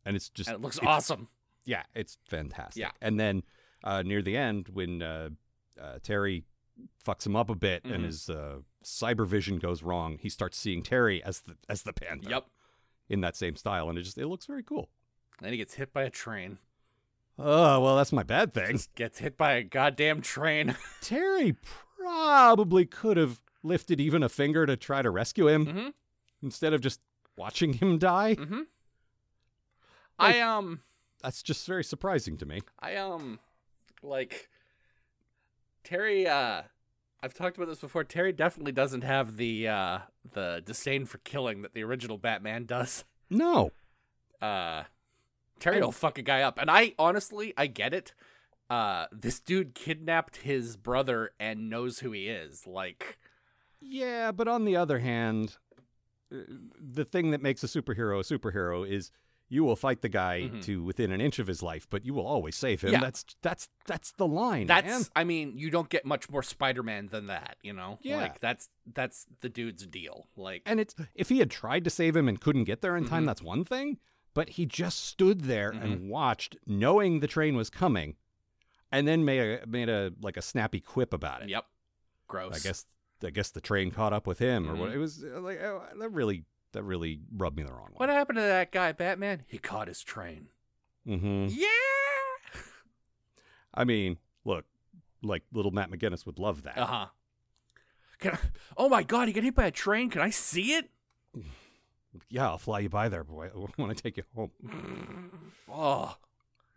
S3: and it's just
S4: and it looks
S3: it's-
S4: awesome.
S3: yeah it's fantastic
S4: Yeah.
S3: and then uh near the end when uh, uh terry fucks him up a bit and
S4: Mhm.
S3: his uh cyber vision goes wrong he starts seeing terry as the as the panther
S4: Yep.
S3: in that same style and it just it looks very cool
S4: Then he gets hit by a train.
S3: oh well that's my bad thing
S4: Just gets hit by a goddamn train.
S3: terry probably could have lifted even a finger to try to rescue him
S4: mm-hmm.
S3: instead of just watching him die.
S4: Mm-hmm. I um
S3: That's just very surprising to me.
S4: I um like Terry uh I've talked about this before. Terry definitely doesn't have the uh the disdain for killing that the original Batman does.
S3: No.
S4: Uh Terry will fuck a guy up. And I honestly I get it. Uh this dude kidnapped his brother and knows who he is. Like
S3: Yeah, but on the other hand, uh, the thing that makes a superhero a superhero is you will fight the guy
S4: Mhm.
S3: to within an inch of his life, but you will always save him.
S4: Yeah.
S3: That's that's that's the line.
S4: That's
S3: man.
S4: I mean, you don't get much more Spider-Man than that, you know?
S3: Yeah.
S4: Like that's that's the dude's deal. Like
S3: and it's if he had tried to save him and couldn't get there in time,
S4: Mhm.
S3: that's one thing. But he just stood there and watched, knowing the train was coming, and then made a made a like a snappy quip about it.
S4: Yep. Gross.
S3: I guess I guess the train caught up with him or what
S4: Mhm.
S3: it was uh, like oh, that really that really rubbed me the wrong
S4: What
S3: way.
S4: happened to that guy, Batman? He caught his train.
S3: hmm
S4: Yeah.
S3: I mean, look, like little Matt McGinnis would love that.
S4: Uh huh. Can I, oh my god, he got hit by a train. Can I see it?
S3: Yeah, I'll fly you by there, boy. I want to take you home.
S4: Oh,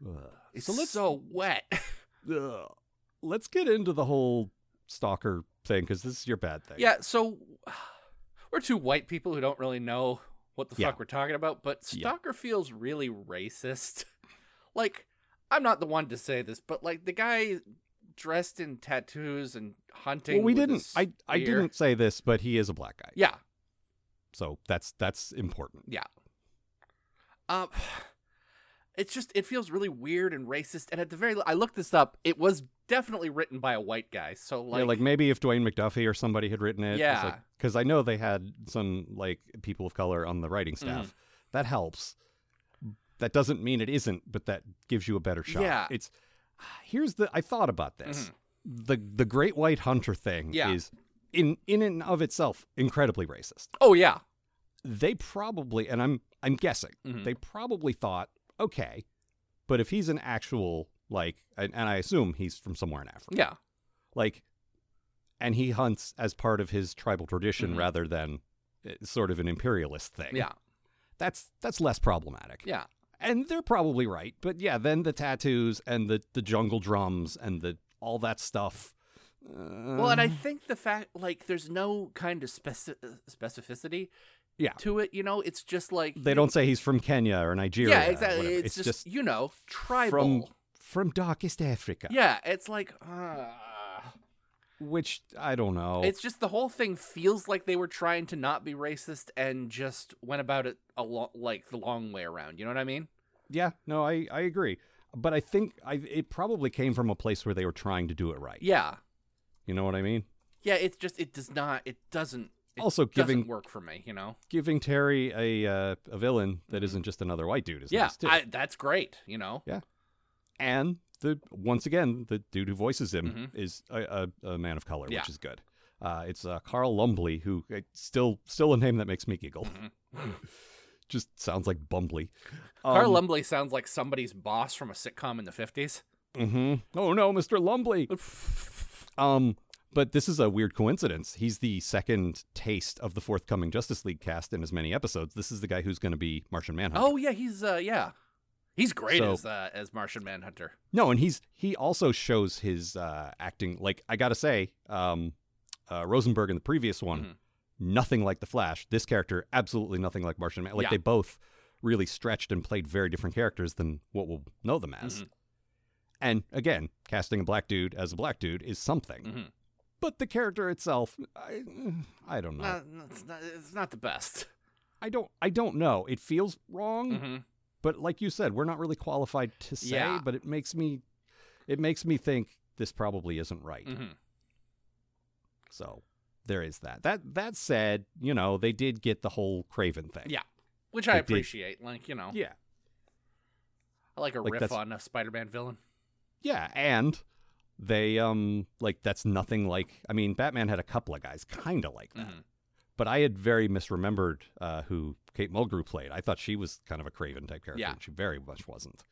S3: Ugh.
S4: it's
S3: So let's-
S4: so wet.
S3: Ugh. Let's get into the whole stalker thing because this is your bad thing.
S4: yeah. So we're two white people who don't really know what the
S3: Yeah.
S4: fuck we're talking about, but
S3: Yeah.
S4: Stalker feels really racist. like, I'm not the one to say this, but like the guy dressed in tattoos and hunting.
S3: Well, we
S4: with a
S3: didn't. I I
S4: spear-
S3: didn't say this, but he is a black guy,
S4: Yeah.
S3: so that's that's important.
S4: Yeah. Um, it's just it feels really weird and racist. And at the very, I looked this up. It was definitely written by a white guy. So like,
S3: yeah, like maybe if Dwayne McDuffie or somebody had written it.
S4: Yeah.
S3: Because I know they had some like people of color on the writing staff.
S4: Mm.
S3: That helps. That doesn't mean it isn't, but that gives you a better shot.
S4: Yeah. Mm-hmm.
S3: It's here's the I thought about this. The the Great White Hunter thing
S4: Yeah.
S3: is in in and of itself incredibly racist.
S4: oh yeah,
S3: They probably and I'm I'm guessing
S4: Mhm.
S3: they probably thought okay, but if he's an actual like and, and I assume he's from somewhere in Africa
S4: yeah,
S3: like and he hunts as part of his tribal tradition
S4: Mhm.
S3: rather than uh, sort of an imperialist thing
S4: yeah,
S3: that's that's less problematic
S4: yeah,
S3: and they're probably right but yeah then the tattoos and the the jungle drums and the all that stuff uh,
S4: well, and I
S3: Um.
S4: think the fact like there's no kind of speci- uh, specificity
S3: yeah
S4: to it. You know, it's just like
S3: they don't say he's from kenya or nigeria
S4: Yeah,
S3: or
S4: exactly.
S3: whatever.
S4: It's,
S3: it's,
S4: just, you know tribal.
S3: from from darkest africa
S4: yeah, it's like. Uh...
S3: which i don't know
S4: It's just the whole thing feels like they were trying to not be racist and just went about it a lot like the long way around. You know what I mean?
S3: yeah no i i agree but i think i it probably came from a place where they were trying to do it right
S4: Yeah,
S3: you know what i mean
S4: yeah. It's just it does not. It doesn't. It
S3: Also
S4: doesn't
S3: giving-
S4: work for me. You know?
S3: giving Terry a uh, a villain that isn't just another white dude is
S4: Mm-hmm. Yeah,
S3: nice too.
S4: I, that's great. You know?
S3: and the once again the dude who voices him
S4: Mhm.
S3: is a, a, a man of color,
S4: Yeah.
S3: which is good. Uh, it's uh, Carl Lumbly, who uh, still still a name that makes me giggle. just sounds like Bumbly.
S4: Mm-hmm. Carl
S3: Um,
S4: Lumbly sounds like somebody's boss from a sitcom in the fifties.
S3: hmm Oh no, Mr. Lumbly. Um, but this is a weird coincidence. He's the second taste of the forthcoming Justice League cast in as many episodes. This is the guy who's going to be Martian Manhunter.
S4: Oh yeah, he's uh yeah, he's great
S3: Uh-huh. So-
S4: as uh, as Martian Manhunter.
S3: No, and he's he also shows his uh, acting. Like I gotta say, um, uh, Rosenberg in the previous one,
S4: Mhm.
S3: nothing like the Flash. This character, absolutely nothing like Martian Man. Like
S4: Yeah.
S3: they both really stretched and played very different characters than what we'll know them as.
S4: Mhm.
S3: And again, casting a black dude as a black dude is something,
S4: Mhm.
S3: but the character itself, I, I don't know.
S4: Not- not- it's, not, it's not the best.
S3: I don't. I don't know. It feels wrong.
S4: hmm
S3: but like you said, we're not really qualified to say.
S4: Yeah.
S3: But it makes me, it makes me think this probably isn't right.
S4: hmm
S3: So there is that. That that said, you know they did get the whole Craven thing.
S4: Yeah, which
S3: They
S4: I
S3: did-
S4: appreciate. Like you know,
S3: yeah,
S4: I like a
S3: Like,
S4: riff
S3: that's-
S4: on a Spider-Man villain.
S3: yeah. And they um like that's nothing like. I mean, Batman had a couple of guys kind of like that.
S4: Mhm.
S3: But I had very misremembered uh, who Kate Mulgrew played. I thought she was kind of a Craven type character.
S4: Yeah.
S3: and she very much wasn't.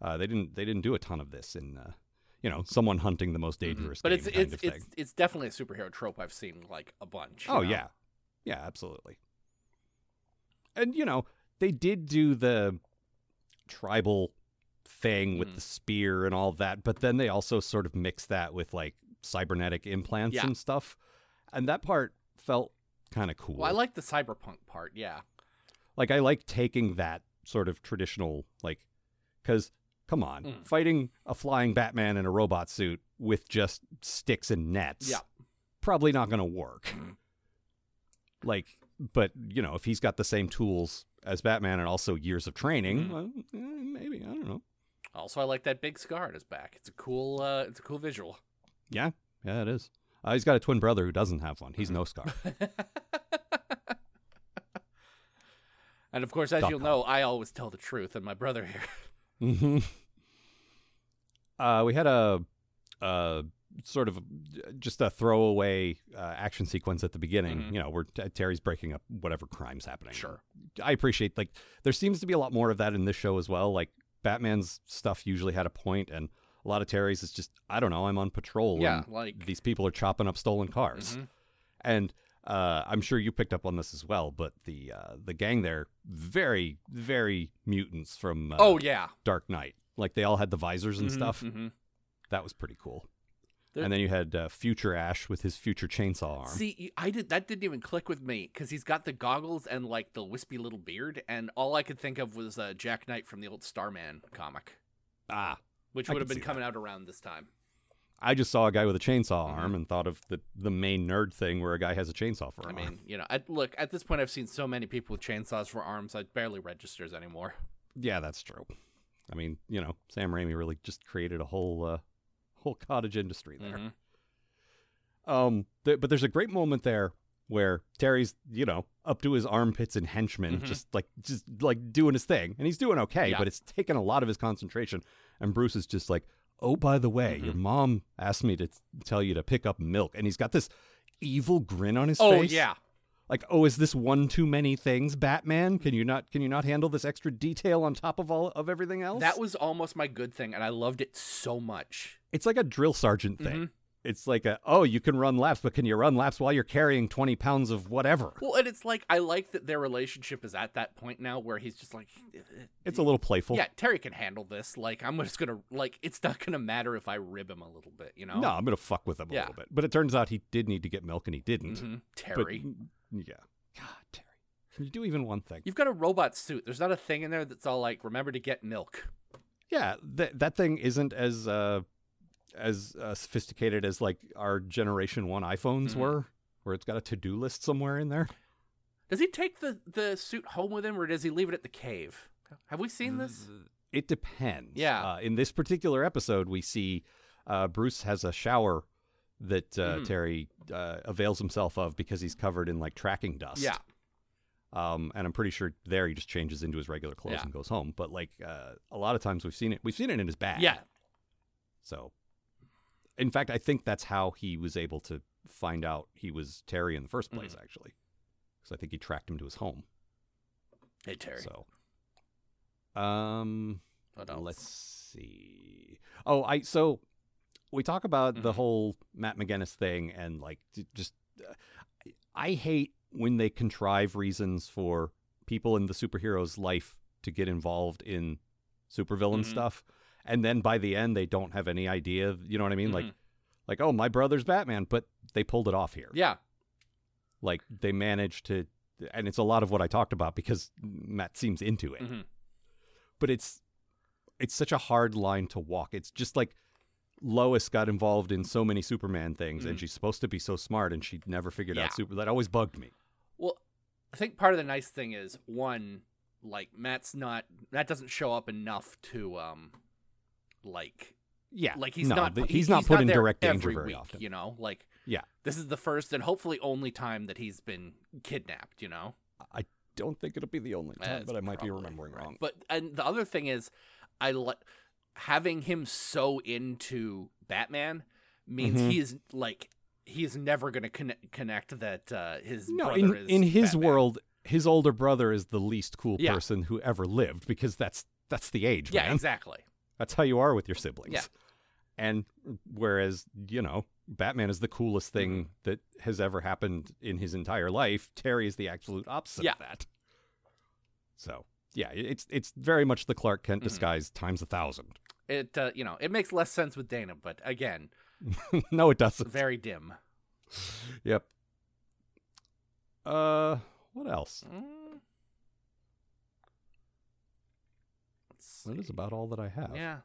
S3: Uh, they didn't. They didn't do a ton of this in, uh, you know, someone hunting the most dangerous.
S4: Mm-hmm. But
S3: game
S4: it's
S3: kind
S4: it's
S3: of thing.
S4: it's, it's definitely a superhero trope I've seen like a bunch. you
S3: Oh
S4: know?
S3: yeah, yeah, absolutely. And you know, they did do the tribal thing with
S4: Mhm.
S3: the spear and all that, but then they also sort of mixed that with like cybernetic implants
S4: Yeah.
S3: and stuff, and that part felt kind of cool.
S4: Well, I like the cyberpunk part. Yeah.
S3: like I like taking that sort of traditional like because come on,
S4: Mm.
S3: fighting a flying Batman in a robot suit with just sticks and nets
S4: Yeah. Mm-hmm.
S3: probably not going to work. like, but you know, if he's got the same tools as Batman and also years of training,
S4: Mhm.
S3: well, eh, maybe I don't know.
S4: Also, I like that big scar on his back. It's a cool. Uh, it's a cool visual.
S3: Yeah, yeah, it is. Uh, he's got a twin brother who doesn't have one. He's
S4: Mm-hmm.
S3: no scar.
S4: And of course, as
S3: Dot
S4: you'll
S3: com.
S4: know, I always tell the truth, and my brother here.
S3: hmm
S4: Mm-hmm.
S3: Uh, we had a, a sort of just a throwaway uh, action sequence at the beginning.
S4: Mhm.
S3: You know, where T- Terry's breaking up whatever crime's happening.
S4: Sure.
S3: I appreciate like there seems to be a lot more of that in this show as well. Like Batman's stuff usually had a point, and a lot of Terry's is just I don't know. I'm on patrol.
S4: yeah,
S3: and
S4: like
S3: these people are chopping up stolen cars,
S4: Mhm.
S3: and uh, I'm sure you picked up on this as well. But the uh, the gang there, very very mutants from uh,
S4: oh yeah,
S3: Dark Knight. Like they all had the visors and
S4: Mhm,
S3: stuff.
S4: mhm.
S3: That was pretty cool.
S4: There-
S3: and then you had uh, Future Ash with his future chainsaw arm.
S4: See, you- I did that didn't even click with me because he's got the goggles and like the wispy little beard, and all I could think of was uh, Jack Knight from the old Starman comic,
S3: ah,
S4: which
S3: I could
S4: would have been
S3: see that.
S4: coming out around this time.
S3: I just saw a guy with a chainsaw
S4: Mm-hmm.
S3: arm and thought of the the main nerd thing where a guy has a chainsaw for
S4: I
S3: an arm.
S4: mean, you know, I, look at this point, I've seen so many people with chainsaws for arms, it barely registers anymore.
S3: Yeah, that's true. I mean, you know, Sam Raimi really just created a whole uh, whole cottage industry there.
S4: Mhm.
S3: Um, th- but there's a great moment there where Terry's, you know, up to his armpits and henchmen,
S4: Mhm.
S3: just like just like doing his thing, and he's doing okay,
S4: Yeah.
S3: but it's taken a lot of his concentration. And Bruce is just like, "Oh, by the way, your
S4: Mm-hmm.
S3: mom asked me to t- tell you to pick up milk," and he's got this evil grin on his
S4: Oh
S3: face.
S4: yeah,
S3: like, "Oh, is this one too many things, Batman? Can you not can you not handle this extra detail on top of all of everything else?"
S4: that was almost my good thing, and I loved it so much.
S3: it's like a drill sergeant thing.
S4: Mhm.
S3: It's like a oh, you can run laps, but can you run laps while you're carrying twenty pounds of whatever?
S4: Well, and it's like I like that their relationship is at that point now where he's just like,
S3: It's a little playful.
S4: yeah, Terry can handle this. Like I'm just gonna like it's not gonna matter if I rib him a little bit, you know?
S3: No, I'm gonna fuck with him a
S4: Yeah.
S3: little bit. But it turns out he did need to get milk, and he didn't.
S4: Mhm.
S3: Mm-hmm. But-
S4: Terry,
S3: yeah. God, Terry, can you do even one thing?
S4: you've got a robot suit. There's not a thing in there that's all like remember to get milk.
S3: yeah, that that thing isn't as uh as uh, sophisticated as like our generation one iPhones
S4: Mhm.
S3: were, where it's got a to do list somewhere in there.
S4: Does he take the the suit home with him, or does he leave it at the cave? Have we seen this?
S3: It depends.
S4: Yeah.
S3: Uh, in this particular episode, we see uh, Bruce has a shower that uh,
S4: Mhm.
S3: Terry uh, avails himself of because he's covered in like tracking dust.
S4: Yeah.
S3: Um, and I'm pretty sure there he just changes into his regular clothes
S4: Yeah.
S3: and goes home. But like uh, a lot of times we've seen it, we've seen it in his bag.
S4: Yeah.
S3: So, in fact, I think that's how he was able to find out he was Terry in the first place,
S4: Mm.
S3: actually, because I think he tracked him to his home.
S4: Hey Terry.
S3: So, um,
S4: What else?
S3: let's see. Oh, I so we talk about the
S4: Mhm.
S3: whole Matt McGinnis thing and like j- just uh, I hate when they contrive reasons for people in the superhero's life to get involved in supervillain
S4: Mhm.
S3: stuff and then by the end they don't have any idea, you know what I mean? Like like, oh, my brother's Batman, but they pulled it off here.
S4: Yeah.
S3: Like they managed to, and it's a lot of what I talked about because Matt seems into it.
S4: Mhm.
S3: But it's it's such a hard line to walk. It's just like Lois got involved in so many Superman things, and she's supposed to be so smart, and she never figured
S4: Mm-hmm. Yeah.
S3: out super. That always bugged me.
S4: Well, I think part of the nice thing is one, like Matt's not Matt doesn't show up enough to um, like
S3: Yeah,
S4: like he's
S3: no,
S4: not
S3: the-
S4: he-
S3: he's, not put in
S4: there
S3: direct danger
S4: every
S3: very
S4: week,
S3: often.
S4: You know, like
S3: Yeah,
S4: this is the first and hopefully only time that he's been kidnapped. You know.
S3: I don't think it'll be the only time,
S4: That's
S3: but I might be
S4: probably
S3: remembering
S4: right.
S3: wrong.
S4: But and the other thing is, I li- having him so into Batman means
S3: Mhm.
S4: he is like he's never going to connect, connect that uh, his
S3: no,
S4: brother
S3: in,
S4: is
S3: in his
S4: Batman.
S3: world, his older brother is the least cool
S4: Yeah.
S3: person who ever lived because that's that's the age,
S4: Yeah,
S3: man.
S4: exactly.
S3: That's how you are with your siblings.
S4: Yeah.
S3: And whereas, you know, Batman is the coolest
S4: Mm-hmm.
S3: thing that has ever happened in his entire life, Terry is the absolute opposite
S4: Yeah.
S3: of that. So, yeah, i- it's it's very much the Clark Kent
S4: Mhm.
S3: disguise times a thousand.
S4: It uh, you know it makes less sense with Dana, but again,
S3: no, it doesn't.
S4: very dim.
S3: Yep. Uh, what else?
S4: Mm. Let's
S3: That is
S4: see.
S3: about all that I have.
S4: yeah.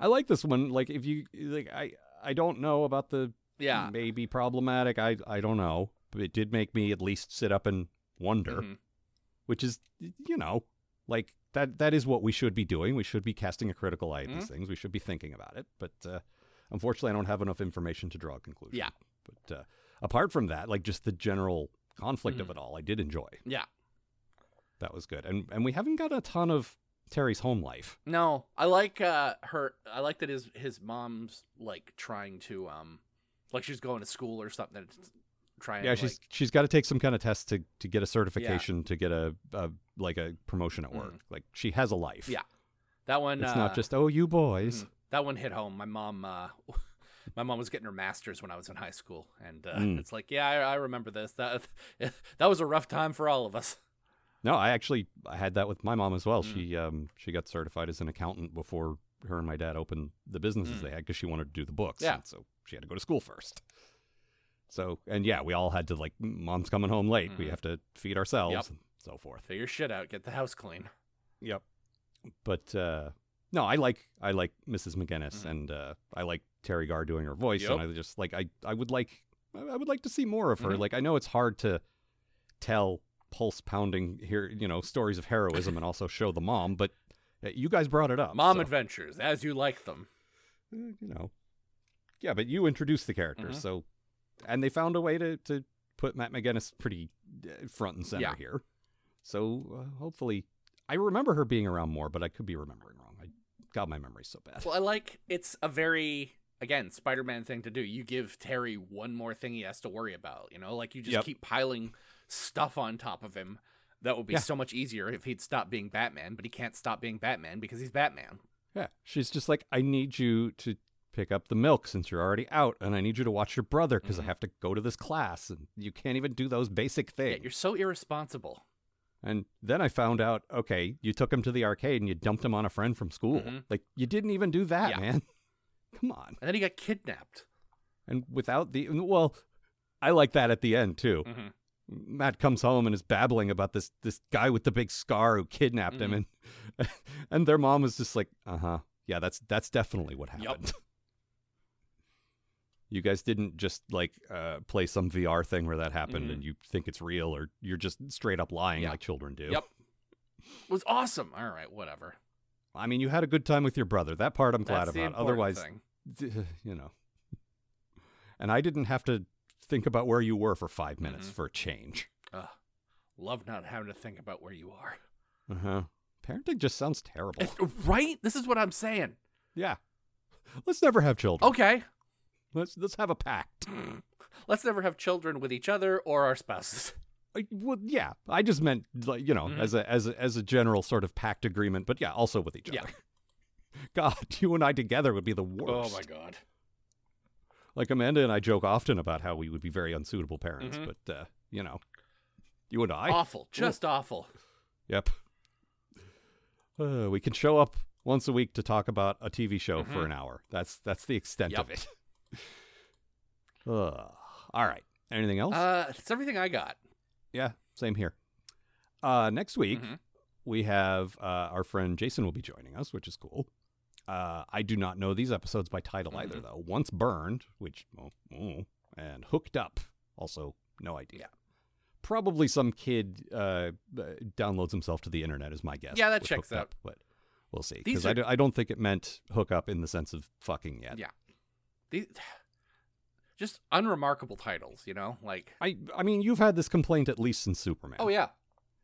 S3: I like this one. Like, if you like, I I don't know about the
S4: Yeah.
S3: maybe problematic. I I don't know, but it did make me at least sit up and wonder,
S4: Mhm.
S3: which is you know, like that that is what we should be doing. We should be casting a critical eye at these
S4: Mm-hmm.
S3: things. We should be thinking about it. But uh, unfortunately, I don't have enough information to draw a conclusion.
S4: Yeah.
S3: But uh, apart from that, like just the general conflict of
S4: Mm-hmm.
S3: it all, I did enjoy.
S4: Yeah.
S3: That was good. And and we haven't got a ton of Terry's home life.
S4: No, I like uh her. I like that his his mom's like trying to um, like she's going to school or something. and it's Trying.
S3: Yeah,
S4: like,
S3: she's she's got to take some kind of test to to get a certification to get a, a like a promotion at work. Like she has a life.
S4: Mm-hmm. Yeah. that one.
S3: it's
S4: uh,
S3: not just oh you boys.
S4: mm, that one hit home. My mom. Uh, my mom was getting her master's when I was in high school, and uh,
S3: Mm.
S4: it's like, yeah, I, I remember this. That that was a rough time for all of us.
S3: No, I actually I had that with my mom as well.
S4: Mm.
S3: She um she got certified as an accountant before her and my dad opened the businesses they had because she wanted to do the books.
S4: Mm. Yeah.
S3: and so she had to go to school first. So and yeah, we all had to like mom's coming home late. We have to feed ourselves
S4: Mm-hmm. Yep.
S3: and so forth.
S4: Figure shit out. Get the house clean.
S3: Yep. But uh no, I like I like Mrs. McGinnis and uh I like Terry Gar doing her voice and
S4: Mm-hmm. Yep.
S3: I just like I I would like I I would like to see more of her.
S4: Mhm.
S3: Like I know it's hard to tell pulse pounding here, you know, stories of heroism and also show the mom, but uh, you guys brought it up.
S4: Mom
S3: so,
S4: adventures, as you like them.
S3: uh, you know. Yeah, but you introduced the character,
S4: Mhm.
S3: so and they found a way to to put Matt McGinnis pretty uh, front and center
S4: Yeah.
S3: here. So uh, hopefully, I remember her being around more, but I could be remembering wrong. I got my memory so bad.
S4: Well, I like it's a very again Spider-Man thing to do. You give Terry one more thing he has to worry about. You know, like you just
S3: Yep.
S4: keep piling stuff on top of him. That would be
S3: Yeah.
S4: so much easier if he'd stop being Batman, but he can't stop being Batman because he's Batman.
S3: yeah, she's just like, I need you to pick up the milk since you're already out, and I need you to watch your brother because I have to go to this class, and you can't even do those basic
S4: Mm-hmm. Yeah,
S3: things.
S4: you're so irresponsible.
S3: And then I found out, okay, you took him to the arcade and you dumped him on a friend from school.
S4: Mhm.
S3: Like you didn't even do that,
S4: Yeah.
S3: man. Come on.
S4: And then he got kidnapped.
S3: And without the well, I like that at the end too.
S4: Mhm.
S3: Matt comes home and is babbling about this this guy with the big scar who kidnapped him,
S4: Mm-hmm.
S3: and and their mom is just like, uh huh, yeah, that's that's definitely what
S4: Yup.
S3: happened. You guys didn't just like uh, play some VR thing where that happened,
S4: Mhm.
S3: and you think it's real, or you're just straight up lying
S4: Yeah.
S3: like children do.
S4: Yep. It was awesome. All right, whatever.
S3: I mean, you had a good time with your brother. That part I'm glad
S4: That's the
S3: about.
S4: important
S3: Otherwise,
S4: thing.
S3: d- you know. And I didn't have to think about where you were for five minutes
S4: Mhm.
S3: for a change.
S4: Ugh. love not having to think about where you are.
S3: Uh huh. Parenting just sounds terrible.
S4: Right? This is what I'm saying.
S3: yeah. Let's never have children.
S4: Okay.
S3: Let's let's have a pact.
S4: Let's never have children with each other or our spouses.
S3: I- Well, yeah. I just meant like you know,
S4: Mhm.
S3: as a as a, as a general sort of pact agreement, but yeah, also with each
S4: Yeah.
S3: other. God, you and I together would be the worst.
S4: Oh my god.
S3: Like Amanda and I joke often about how we would be very unsuitable parents,
S4: Mhm.
S3: but uh, you know, you and I.
S4: awful. Just awful.
S3: Yep. Uh, we can show up once a week to talk about a TV show for
S4: Mhm.
S3: an hour. That's that's the extent of
S4: Yep.
S3: it. Ugh. All right. Anything else?
S4: Uh, that's everything I got.
S3: yeah, same here. Uh, next week
S4: Mhm.
S3: we have uh, our friend Jason will be joining us, which is cool. Uh, I do not know these episodes by title either,
S4: Mm-hmm.
S3: though. Once burned, which oh, oh, and hooked up, also no idea.
S4: Yeah.
S3: Probably some kid uh, uh, downloads himself to the internet, is my guess.
S4: Yeah, that
S3: with
S4: checks
S3: Hooked
S4: out.
S3: Up, but we'll see.
S4: These
S3: Because
S4: are-
S3: I, do, I don't think it meant hook up in the sense of fucking yet.
S4: Yeah. These, just unremarkable titles, you know? Like,
S3: I I mean, you've had this complaint at least since Superman.
S4: oh, yeah.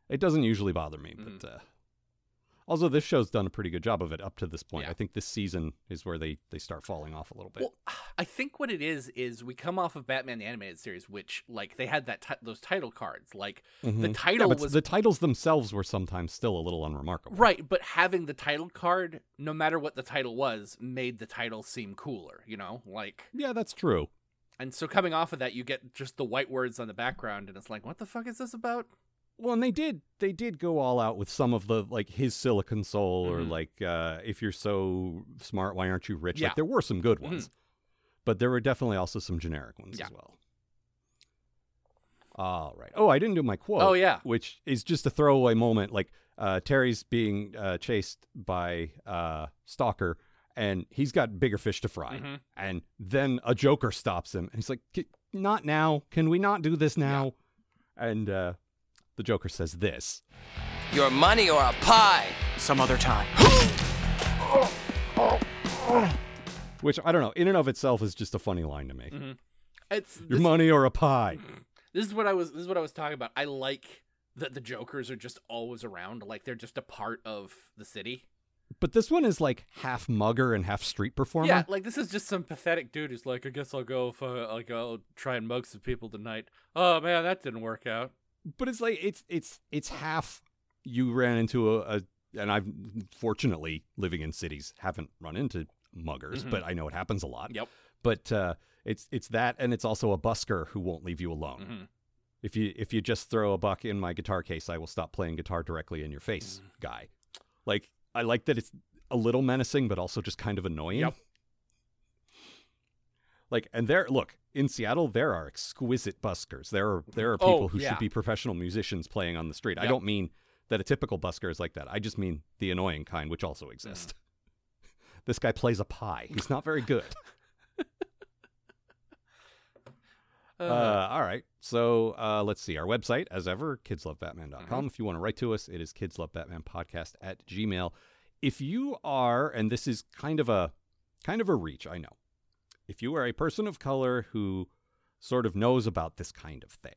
S3: It doesn't usually bother me,
S4: Mhm.
S3: but uh, also this show's done a pretty good job of it up to this point.
S4: Yeah.
S3: I think this season is where they they start falling off a little bit.
S4: Well, I think what it is is we come off of Batman the animated series, which like they had that ti- those title cards. Like the
S3: Mhm.
S4: title
S3: yeah, but
S4: was
S3: the titles themselves were sometimes still a little unremarkable.
S4: right, but having the title card, no matter what the title was, made the title seem cooler. You know, like
S3: Yeah, that's true.
S4: and so coming off of that, you get just the white words on the background, and it's like, what the fuck is this about?
S3: Well, and they did they did go all out with some of the like his Silicon Soul or
S4: Mhm.
S3: like uh, if you're so smart, why aren't you rich?
S4: Yeah.
S3: Like there were some good
S4: Mhm.
S3: ones, but there were definitely also some generic ones
S4: Yeah.
S3: as well. All right. Oh, I didn't do my quote.
S4: Oh, yeah.
S3: which is just a throwaway moment. Like uh, Terry's being uh, chased by uh, Stalker, and he's got bigger fish to fry.
S4: Mhm.
S3: And then a Joker stops him, and he's like, "C- "Not now. Can we not do this now?" And uh, the Joker says this.
S6: Your money or a pie.
S1: Some other time.
S3: which I don't know, in and of itself is just a funny line to me.
S4: It's
S3: Your
S4: Mm-hmm. this-
S3: money or a pie.
S4: This is what I was. This is what I was talking about. I like that the Jokers are just always around. Like they're just a part of the city.
S3: But this one is like half mugger and half street performer.
S4: Yeah, like this is just some pathetic dude who's like, I guess I'll go. For, like I'll try and mug some people tonight. Oh man, that didn't work out.
S3: But it's like it's it's it's half you ran into a, a and I've fortunately living in cities haven't run into muggers, but I know it happens a lot.
S4: Yep.
S3: But uh it's it's that and it's also a busker who won't leave you alone.
S4: Mhm.
S3: If you if you just throw a buck in my guitar case, I will stop playing guitar directly in your face,
S4: Mm.
S3: guy. Like I like that it's a little menacing, but also just kind of annoying.
S4: Yep.
S3: Like and there, look in Seattle, there are exquisite buskers. There are there are people
S4: Oh,
S3: who
S4: yeah.
S3: should be professional musicians playing on the street. I
S4: Yep.
S3: don't mean that a typical busker is like that. I just mean the annoying kind, which
S4: Mm.
S3: also exist. this guy plays a pie. He's not very good. Uh, all right. So uh, let's see. Our website, as ever, kidslovebatman.com. If you want to write to us, it is kidslovebatmanpodcast at gmail. If you are, and this is kind of a kind of a reach, I know. If you are a person of color who sort of knows about this kind of thing,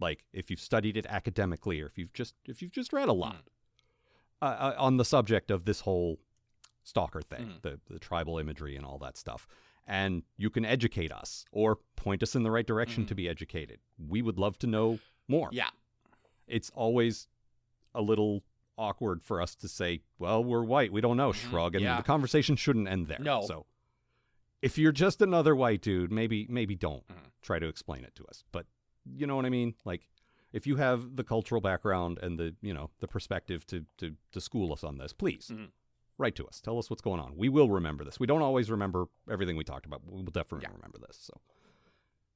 S3: like if you've studied it academically or if you've just if you've just read a lot uh, uh, on the subject of this whole stalker
S4: Hmm.
S3: thing, the, the tribal imagery and all that stuff. And you can educate us or point us in the right direction to be educated. We would love to know more.
S4: Hmm. yeah,
S3: It's always a little awkward for us to say, well, we're white. We don't know, shrug. And
S4: Mm-hmm. Yeah.
S3: the conversation shouldn't end there.
S4: No.
S3: So if you're just another white dude, maybe, maybe don't
S4: Mm-hmm.
S3: try to explain it to us. But you know what I mean? Like, if you have the cultural background and the you know the perspective to to, to school us on this, please
S4: Mhm.
S3: write to us. Tell us what's going on. We will remember this. We don't always remember everything we talked about. But we will definitely
S4: Yeah.
S3: remember this. So,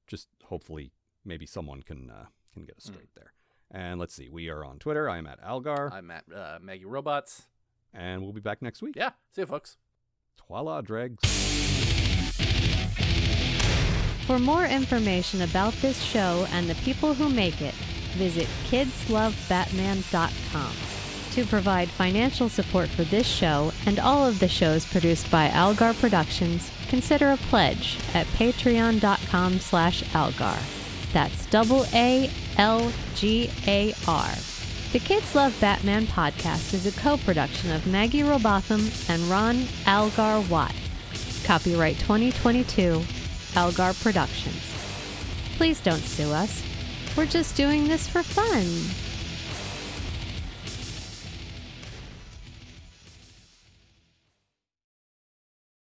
S3: just hopefully, maybe someone can uh, can get us
S4: Mm.
S3: straight there. And let's see. We are on Twitter. I'm at Algar,
S4: I'm at uh, Maggie Robots.
S3: and we'll be back next week.
S4: Yeah, see you, folks.
S3: Twala dregs.
S2: For more information about this show and the people who make it, visit kidslovebatman.com. To provide financial support for this show and all of the shows produced by Algar Productions, consider a pledge at patreon.com slash algar. That's double A L G A R. The Kids Love Batman podcast is a co-production of Maggie Robotham and Ron Algar Watt. Copyright 2022, Algar Productions. Please don't sue us. We're just doing this for fun.